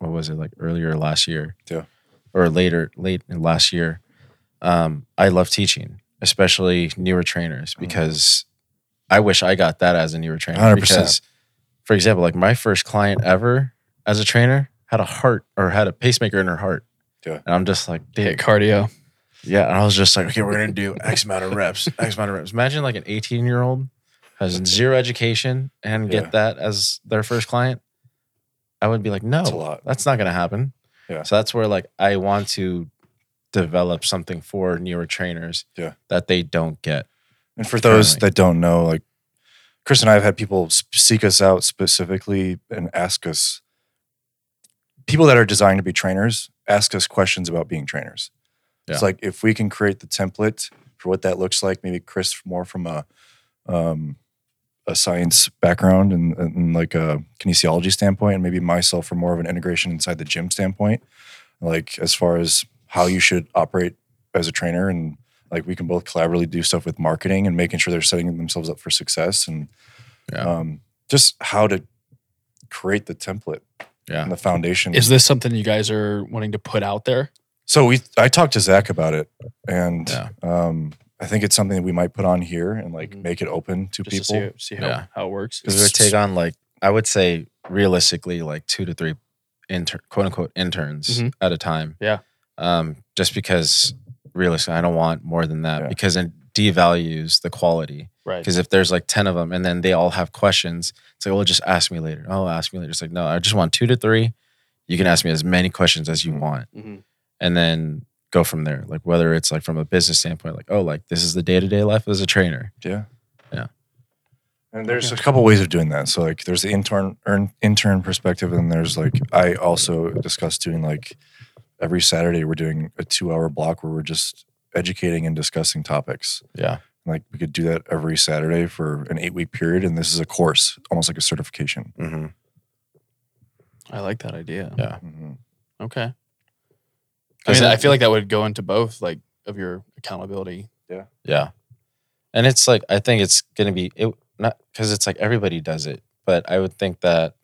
what was it like earlier last year Yeah. or later late in last year um I love teaching especially newer trainers Mm-hmm. because I wish I got that as a newer trainer 100%. because for example, like my first client ever as a trainer had a heart or had a pacemaker in her heart. Yeah. And I'm just like, Hit dude. cardio. Yeah. And I was just like, okay, we're going to do X amount of reps, X amount of reps. Imagine like an 18 year old has zero education and Yeah. get that as their first client. I would be like, no, That's a lot. that's not going to happen. Yeah. So that's where like I want to develop something for newer trainers Yeah. that they don't get. And for those Currently. that don't know, like Chris and I have had people s- seek us out specifically and ask us people that are designed to be trainers ask us questions about being trainers. It's Yeah. like if we can create the template for what that looks like, maybe Chris more from a um, a science background and, and like a kinesiology standpoint, and maybe myself from more of an integration inside the gym standpoint, like as far as how you should operate as a trainer and like we can both collaboratively do stuff with marketing and making sure they're setting themselves up for success and Yeah. um, just how to create the template Yeah. and the foundation. Is this something you guys are wanting to put out there? so we I talked to Zach about it and Yeah. um, I think it's something that we might put on here and like Mhm. make it open to Just people. to see, see how, Yeah. how it works. Because it would take on like I would say realistically like two to three intern quote unquote interns Mm-hmm. Mhm. at a time. Yeah. Um, just because realistically I don't want more than that Yeah. because it devalues the quality. Right. Because if there's like ten of them and then they all have questions, it's like, well, just ask me later. Oh, ask me later. It's like, no, I just want two to three. You can ask me as many questions as you Mhm. want Mhm. and then go from there. Like whether it's like from a business standpoint, like, oh, like this is the day-to-day life as a trainer. Yeah. Yeah. And there's a couple ways of doing that. So like there's the intern earn, intern perspective and there's like I also discussed doing like every Saturday we're doing a 2-hour block where we're just educating and discussing topics. Yeah. Like we could do that every Saturday for an 8-week period and this is a course, almost like a certification. Mm-hmm. I like that idea. Yeah. Mhm. Okay. I 'Cause mean, it- I feel like that would go into both, like of your accountability. Yeah. And it's like I think it's gonna be it not because it's like everybody does it, but I would think that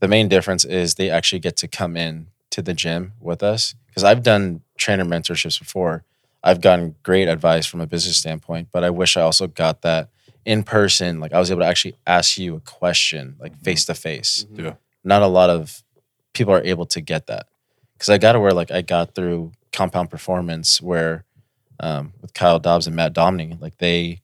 the main difference is they actually get to come in to the gym with us. Because I've done trainer mentorships before. I've gotten great advice from a business standpoint, but I wish I also got that in person. Like I was able to actually ask you a question, like face to face. Mhm. Yeah. Not a lot of people are able to get that. Because I got to where like I got through compound performance where um, with Kyle Dobbs and Matt Domney. Like they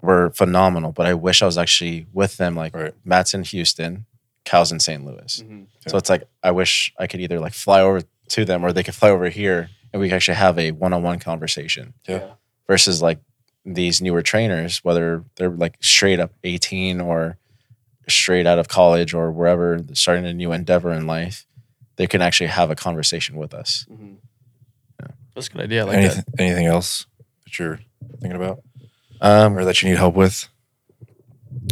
were phenomenal, but I wish I was actually with them. Like Right. Matt's in Houston, Kyle's in St. Louis. Mm-hmm. Yeah. So it's like I wish I could either like fly over to them or they could fly over here and we could actually have a one-on-one conversation. Yeah. Yeah. Versus like these newer trainers, whether they're like straight up 18 or straight out of college or wherever starting a new endeavor in life, they can actually have a conversation with us. Mm-hmm. That's a good idea. I like anything, anything else that you're thinking about Um, or that you need help with?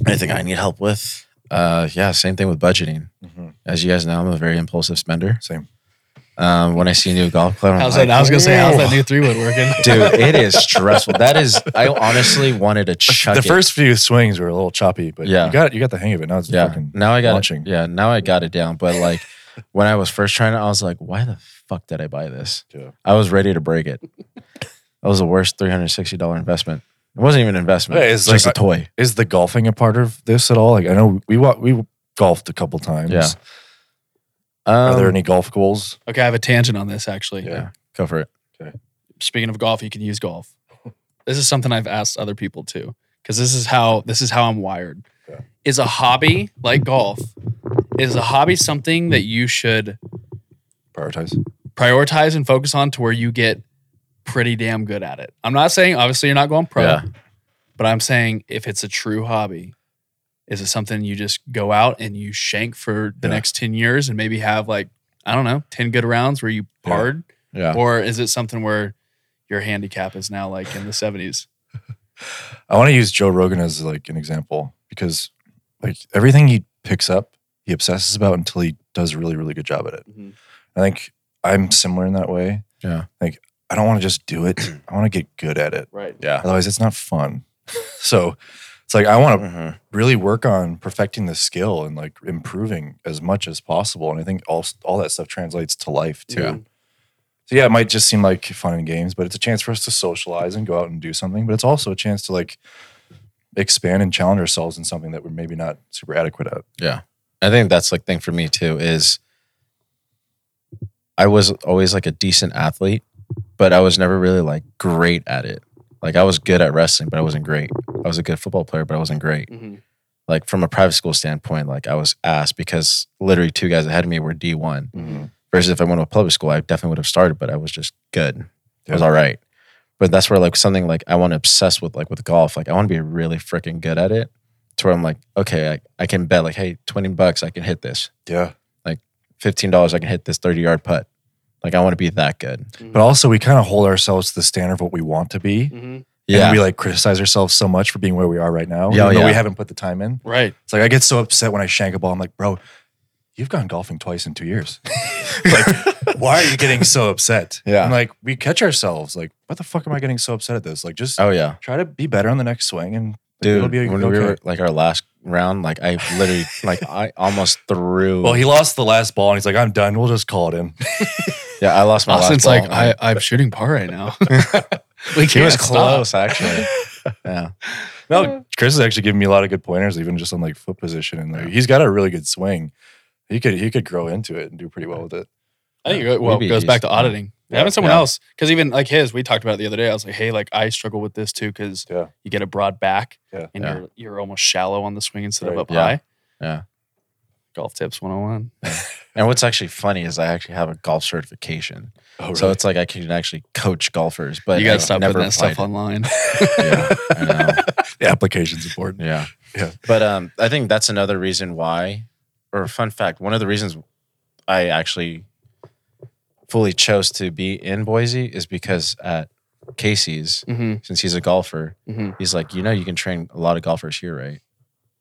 anything I need help with. Uh, yeah, same thing with budgeting. Mhm. As you guys know, I'm a very impulsive spender. Same. Um, when I see a new golf club, that. I'm How's like, that? I was gonna say, how's that "Whoa." new three wood working? Dude, it is stressful. That is, I honestly wanted to chuck the it. first few swings were a little choppy, but Yeah. you got you got the hang of it. Now it's yeah. fucking Now I got launching. it. Yeah, now I got it down. But like, when I was first trying it, I was like, why the fuck did I buy this? Yeah. I was ready to break it. That was the worst three hundred sixty dollar investment. It wasn't even an investment. Yeah, it's it's just like- a toy. is the golfing a part of this at all? Like I know we wa- we golfed a couple times. Yeah. Are there Um, any golf goals? Okay, I have a tangent on this actually. Yeah. Go for it. Speaking of golf, you can use golf. This is something I've asked other people too, because this is how this is how I'm wired. Yeah. Is a hobby like golf? Is a hobby something that you should Prioritize. prioritize and focus on to where you get pretty damn good at it? I'm not saying obviously you're not going pro, Yeah. but I'm saying if it's a true hobby, is it something you just go out and you shank for the Yeah. next 10 years and maybe have like, I don't know, 10 good rounds where you Yeah. pard? Yeah. Or is it something where your handicap is now like in the 70s? I want to use Joe Rogan as like an example because like everything he picks up, he obsesses about until he does a really, really good job at it. Mhm. I think I'm similar in that way. Yeah. Like I don't want to just do it. I want to get good at it. Right. Yeah. Otherwise it's not fun. so it's like I want to Mhm. really work on perfecting the skill and like improving as much as possible. And I think all all that stuff translates to life too. Yeah. So yeah, it might just seem like fun and games, but it's a chance for us to socialize and go out and do something. But it's also a chance to like expand and challenge ourselves in something that we're maybe not super adequate at. I think that's like thing for me too is I was always like a decent athlete, but I was never really like great at it. Like I was good at wrestling, but I wasn't great. I was a good football player, but I wasn't great. Mhm. Like from a private school standpoint, like I was ass because literally two guys ahead of me were D one. Versus if I went to a public school, I definitely would have started, but I was just good. I was Yeah. all right. But that's where like something like I want to obsess with like with golf. Like I want to be really freaking good at it. To where I'm like, okay, I, I can bet like, hey, 20 bucks, I can hit this. Yeah. fifteen dollars, I can hit this thirty yard putt. Like I want to be that good. But also we kind of hold ourselves to the standard of what we want to be. And we like criticize ourselves so much for being where we are right now. Yeah, even though yeah. we haven't put the time in. Right. It's like I get so upset when I shank a ball. I'm like, bro, you've gone golfing twice in two years. like, why are you getting so upset? Yeah. I'm like, we catch ourselves. Like, what the fuck am I getting so upset at this? Like, just oh yeah, try to be better on the next swing and dude. it'll be when okay. we were like our last round, like I literally, like I almost threw. Well, he lost the last ball and he's like, I'm done. We'll just call it in. yeah, I lost my Austin's last like, ball. I, I'm shooting par right now. we he can't was stop. close actually. yeah, No, Chris is actually giving me a lot of good pointers, even just on like foot position. And like, he's got a really good swing. He could he could grow into it and do pretty well with it. I think it, well, it Maybe goes he's- back to auditing. Yeah. Having someone Yeah. else, because even like his, we talked about it the other day. I was like, hey, like I struggle with this too, because Yeah. you get a broad back Yeah. and Yeah. you're you're almost shallow on the swing instead of Right. up Yeah. high. Yeah. Golf tips 101. and what's actually funny is I actually have a golf certification, Oh, so it's like I can actually coach golfers. But you got I've to stop never putting that applied stuff online. it. Yeah, I know. the application's important. Yeah. Yeah. But um, I think that's another reason why, or a fun fact, one of the reasons I actually fully chose to be in Boise is because at Casey's, hmm since he's a golfer, hmm he's like, you know, you can train a lot of golfers here, right?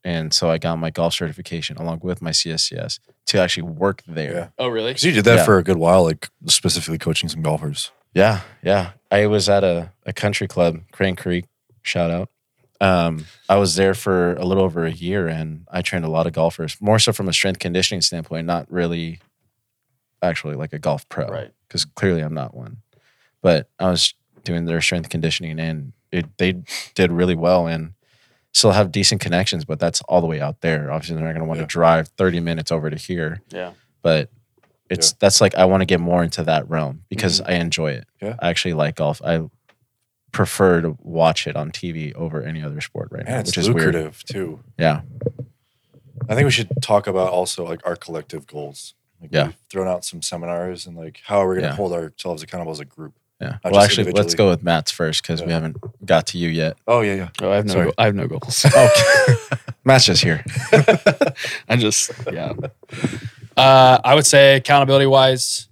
And so I got my golf certification along with my CSCS to actually work there. Oh, really? Because you did that Yeah. for a good while, like specifically coaching some golfers. Yeah. Yeah. I was at a, a country club, Crane Creek, shout out. Um, I was there for a little over a year and I trained a lot of golfers, more so from a strength conditioning standpoint, not really actually like a golf pro. Right. Because clearly I'm not one. But I was doing their strength conditioning and it, they did really well and still have decent connections, but that's all the way out there. Obviously, they're not going to want Yeah. to drive 30 minutes over to here Yeah. but it's that's like I want to get more into that realm because I enjoy it. Mm-hmm. Yeah. I actually like golf. I prefer to watch it on TV over any other sport right Man, now, it's which is weird. lucrative too. Yeah, I think we should talk about also like our collective goals. Like Yeah. we've thrown out some seminars and like how are we going to Yeah. hold ourselves accountable as a group? yeah. Not well, just actually, let's individually. go with Matt's first because we Yeah. haven't got to you yet. Oh yeah, yeah. Oh, I have no, Sorry. go- I have no goals. Oh, Matt's just here. I just, yeah. Uh, I would say accountability wise,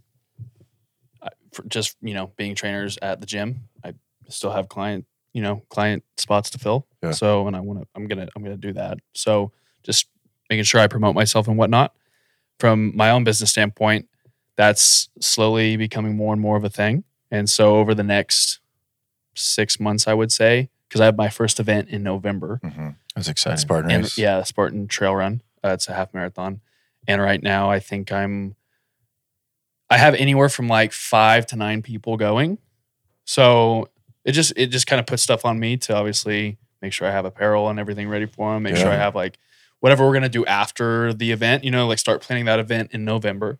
for just you know being trainers at the gym, I still have client you know client spots to fill. Yeah. So and I want to, I'm gonna, I'm gonna do that. So just making sure I promote myself and whatnot. From my own business standpoint, that's slowly becoming more and more of a thing. And so over the next six months, I would say, because I have my first event in November. Mm-hmm. I was excited. Spartan And race. yeah, Spartan Trail Run. Uh, it's a half marathon, and right now I think I'm. I have anywhere from like five to nine people going, so it just it just kind of puts stuff on me to obviously make sure I have apparel and everything ready for them. Make sure I Yeah. have like whatever we're gonna do after the event. You know, like start planning that event in November.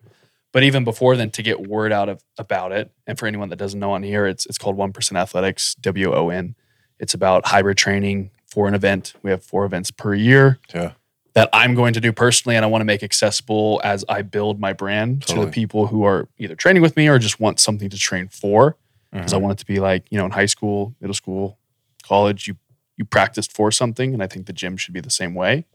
But even before then, to get word out of about it, and for anyone that doesn't know on here, it's it's called One Percent Athletics W O N It's about hybrid training for an event. We have four events per year Yeah. that I'm going to do personally, and I want to make accessible as I build my brand to Totally. the people who are either training with me or just want something to train for. Because I want it to be like you know in high school, middle school, college, you you practiced for something, and I think the gym should be the same way.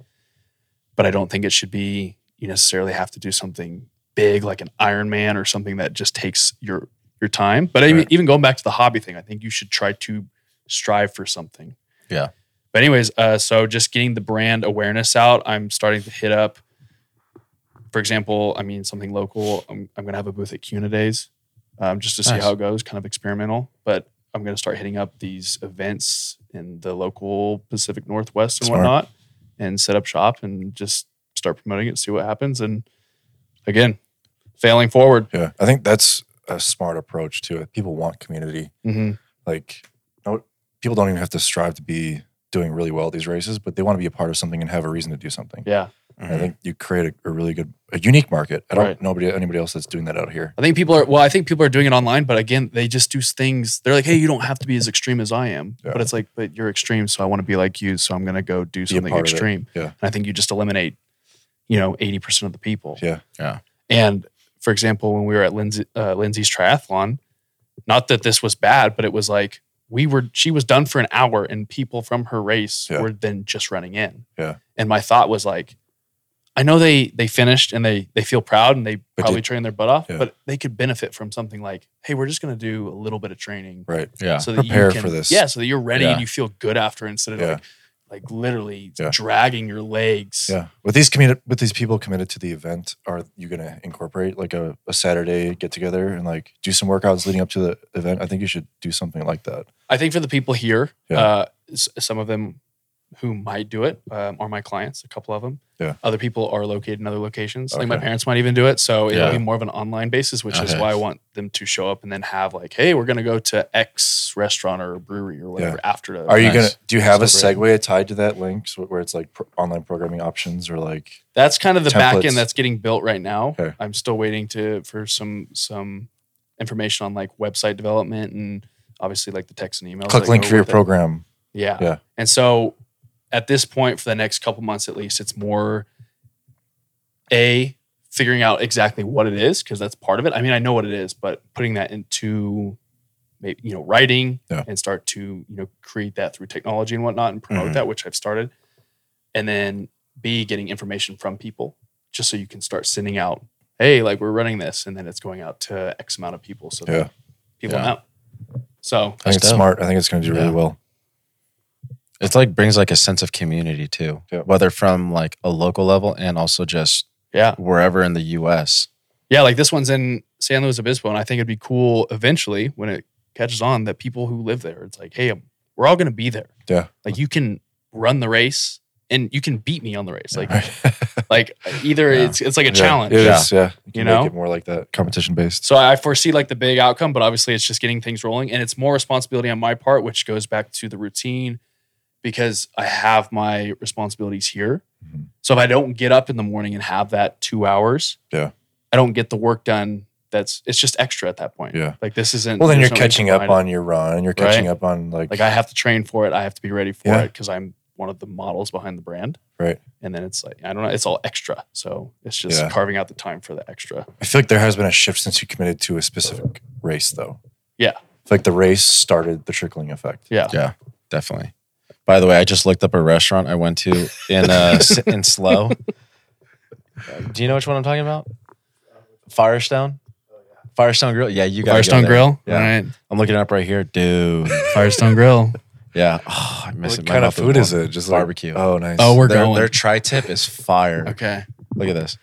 But I don't think it should be you necessarily have to do something big like an Ironman or something that just takes your your time. But I mean, Right. even going back to the hobby thing, I think you should try to strive for something. Yeah. But anyways, uh, so just getting the brand awareness out, I'm starting to hit up. For example, I mean something local. I'm, I'm gonna have a booth at CUNA Days, um, just to see Nice. how it goes, kind of experimental. But I'm gonna start hitting up these events in the local Pacific Northwest and Smart. whatnot, and set up shop and just start promoting it, see what happens, and again, failing forward. Yeah. I think that's a smart approach to it. People want community. Mm-hmm. Like, no, people don't even have to strive to be doing really well at these races, but they want to be a part of something and have a reason to do something. Yeah. Mm-hmm. And I think you create a, a really good, a unique market. I don't Right. know anybody, anybody else that's doing that out here. I think people are well. I think people are doing it online, but again, they just do things. They're like, "Hey, you don't have to be as extreme as I am," Yeah. but it's like, "But you're extreme, so I want to be like you, so I'm going to go do Be a something part of it. extreme." Yeah. and I think you just eliminate, you know, eighty percent of the people. Yeah. Yeah. And for example, when we were at Lindsay, uh, Lindsay's triathlon, not that this was bad, but it was like we were. She was done for an hour, and people from her race Yeah. were then just running in. Yeah. And my thought was like, I know they they finished and they they feel proud and they But probably did- train their butt off, Yeah. but they could benefit from something like, hey, we're just going to do a little bit of training Right. Yeah. so that Prepare you can, for this. Yeah, so that you're ready Yeah. and you feel good after instead of Yeah. like like literally Yeah. dragging your legs. Yeah. With these committed, with these people committed to the event, are you going to incorporate like a, a Saturday get together and like do some workouts leading up to the event? I think you should do something like that. I think for the people here, Yeah. uh, s- some of them who might do it um, are my clients. A couple of them. Yeah. Other people are located in other locations. Like my Okay. parents might even do it. So it'll Yeah. be more of an online basis, which is Okay. why I want them to show up and then have like, hey, we're gonna go to X restaurant or brewery or whatever after. The Are you Nice. going to, do you have a Celebrate. segue tied to that link so- where it's like pro- online programming options or like, That's kind of the back Templates. end that's getting built right now. Okay. I'm still waiting to for some some information on like website development and obviously like the text and emails. click that link go for your with it. program? Yeah. Yeah. And so at this point, for the next couple months at least, it's more A, figuring out exactly what it is, because that's part of it. I mean, I know what it is, but putting that into maybe, you know, writing Yeah. and start to, you know, create that through technology and whatnot and promote Mhm. that, which I've started. And then B, getting information from people just so you can start sending out, hey, like we're running this. And then it's going out to X amount of people. So Yeah. that people Yeah. know. So I think it's dope. smart. I think it's going to do really Yeah. well. It's like brings like a sense of community too, Yeah. whether from like a local level and also just yeah. wherever in the U.S. Yeah, like this one's in San Luis Obispo, and I think it'd be cool eventually when it catches on that people who live there, it's like, hey, um, we're all going to be there. Yeah. like you can run the race and you can beat me on the race. Like, Right. like either Yeah. it's it's like a Yeah, challenge. It is, yeah. You can make know? it more like that competition based. So I foresee like the big outcome, but obviously it's just getting things rolling and it's more responsibility on my part, which goes back to the routine because I have my responsibilities here. Mhm. So if I don't get up in the morning and have that two hours, Yeah. I don't get the work done. That's it's just extra at that point. Yeah. Like this isn't Well, then you're there's no reason catching up behind it. on your run. You're catching up on like, like I have to train for it. I have to be ready for Yeah. it because I'm one of the models behind the brand. Right. And then it's like I don't know, it's all extra. So it's just Yeah. carving out the time for the extra. I feel like there has been a shift since you committed to a specific race, though. Yeah. It's like the race started the trickling effect. Yeah. Definitely. By the way, I just looked up a restaurant I went to in uh, S- in Slow. Do you know which one I'm talking about? Firestone. Firestone Grill. Yeah, you got Firestone Grill. Yeah. All right. I'm looking it up right here, dude. Firestone Grill. Yeah. Oh, I miss What it. My kind of mouth food is warm. it? Just like- Barbecue. Oh, nice. Oh, we're their, going. Their tri-tip is fire. okay. Look at this.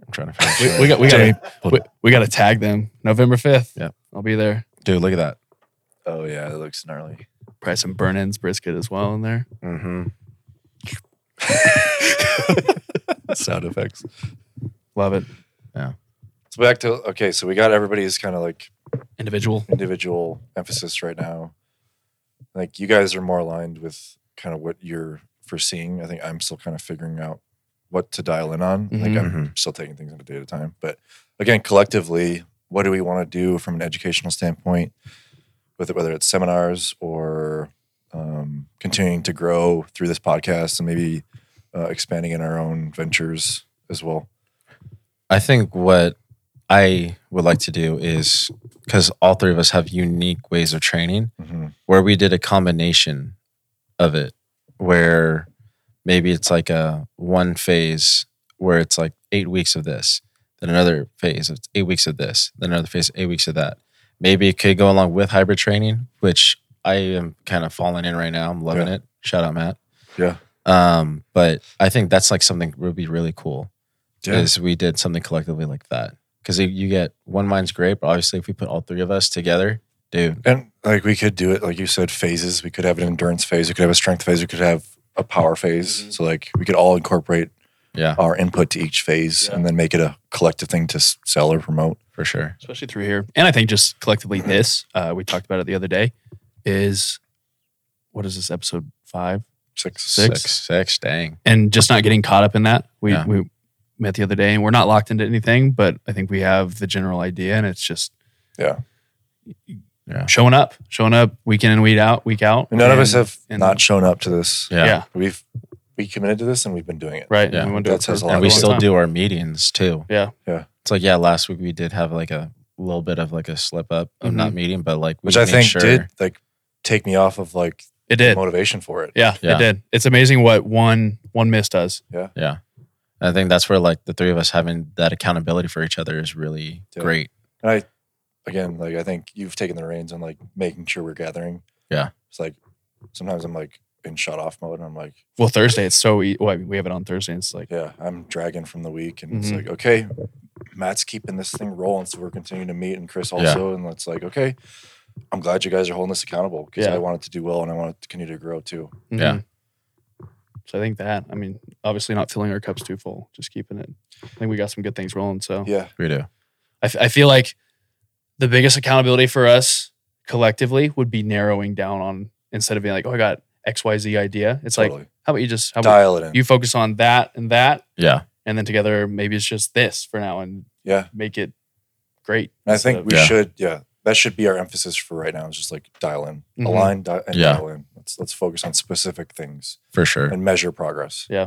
I'm trying to finish. We, we got we Jamie, got we, we got to tag them November fifth. Yeah. I'll be there. Dude, look at that. oh yeah, it looks gnarly. Probably some burn-ins brisket as well in there. Mm-hmm. Sound effects. Love it. So back to okay, so we got everybody's kind of like Individual. individual emphasis right now. Like you guys are more aligned with kind of what you're foreseeing. I think I'm still kind of figuring out what to dial in on. Like Mm-hmm. Mm-hmm. I'm still taking things at a day at a time. But again, collectively, what do we want to do from an educational standpoint? with it, whether it's seminars or um, continuing to grow through this podcast and maybe uh, expanding in our own ventures as well. I think what I would like to do is because all three of us have unique ways of training, Mhm. where we did a combination of it, where maybe it's like a one phase where it's like eight weeks of this, then another phase of eight weeks of this, then another phase, eight weeks of that. Maybe it could go along with hybrid training, which I am kind of falling in right now. I'm loving Yeah. it. Shout out, Matt. Yeah. Um, but I think that's like something would be really cool Yeah. is we did something collectively like that because you get one mind's great, but obviously if we put all three of us together, dude, And like we could do it, like you said, phases. We could have an endurance phase. We could have a strength phase. We could have a power phase. Mhm. So like we could all incorporate Yeah. our input to each phase Yeah. and then make it a collective thing to s- sell or promote. for sure. especially through here. And I think just collectively, this uh, we talked about it the other day is what is this episode five Six. Six. six, six, dang, and just not getting caught up in that. We Yeah. we met the other day and we're not locked into anything, but I think we have the general idea, and it's just Yeah. Yeah. showing up, showing up week in and week out, week out. None of us And- have and- not shown up to this. yeah, Yeah. We've we committed to this and we've been doing it. right. Yeah. And we went to That it says for a lot. a and we long still time. do our meetings too. Yeah. Yeah. it's like yeah, last week we did have like a little bit of like a slip up of Mhm. not meeting, but like we Which I made think sure- did like take me off of like It did. motivation for it. Yeah, Yeah. it did. It's amazing what one one miss does. Yeah, And I think that's where like the three of us having that accountability for each other is really Yeah. great. And I again like I think you've taken the reins on like making sure we're gathering. Yeah. It's like sometimes I'm like in shut off mode and I'm like Well, Thursday it's so e- well, we have it on Thursday. And it's like yeah, I'm dragging from the week, and it's Mhm. like, okay, Matt's keeping this thing rolling, so we're continuing to meet, and Chris also, and it's like, okay, I'm glad you guys are holding us accountable because Yeah. I want it to do well, and I want it to continue to grow too. Yeah. mhm. So I think that I mean obviously not filling our cups too full, just keeping it. I think we got some good things rolling. So Yeah, We do. I, f- I feel like the biggest accountability for us collectively would be narrowing down on instead of being like, oh, I got X Y Z idea. It's like, totally. how about you just how about Dial it in. you focus on that and that, Yeah, and then together maybe it's just this for now and yeah, make it great. and I think we Yeah. should. Yeah, that should be our emphasis for right now. Is just like dial in, Mhm. align, di- and Mm-hmm. Yeah. dial in. Let's let's focus on specific things for sure. and measure progress. hmm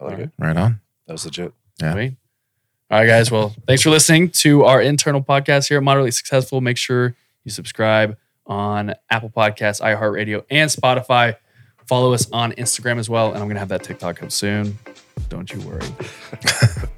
I like Alright. it. Right on. That was legit. Yeah. Sweet. All right, guys. Well, thanks for listening to our internal podcast here at Moderately Successful. Make sure you subscribe on Apple Podcasts, iHeartRadio, and Spotify. Follow us on Instagram as well. And I'm going to have that TikTok up soon. Don't you worry.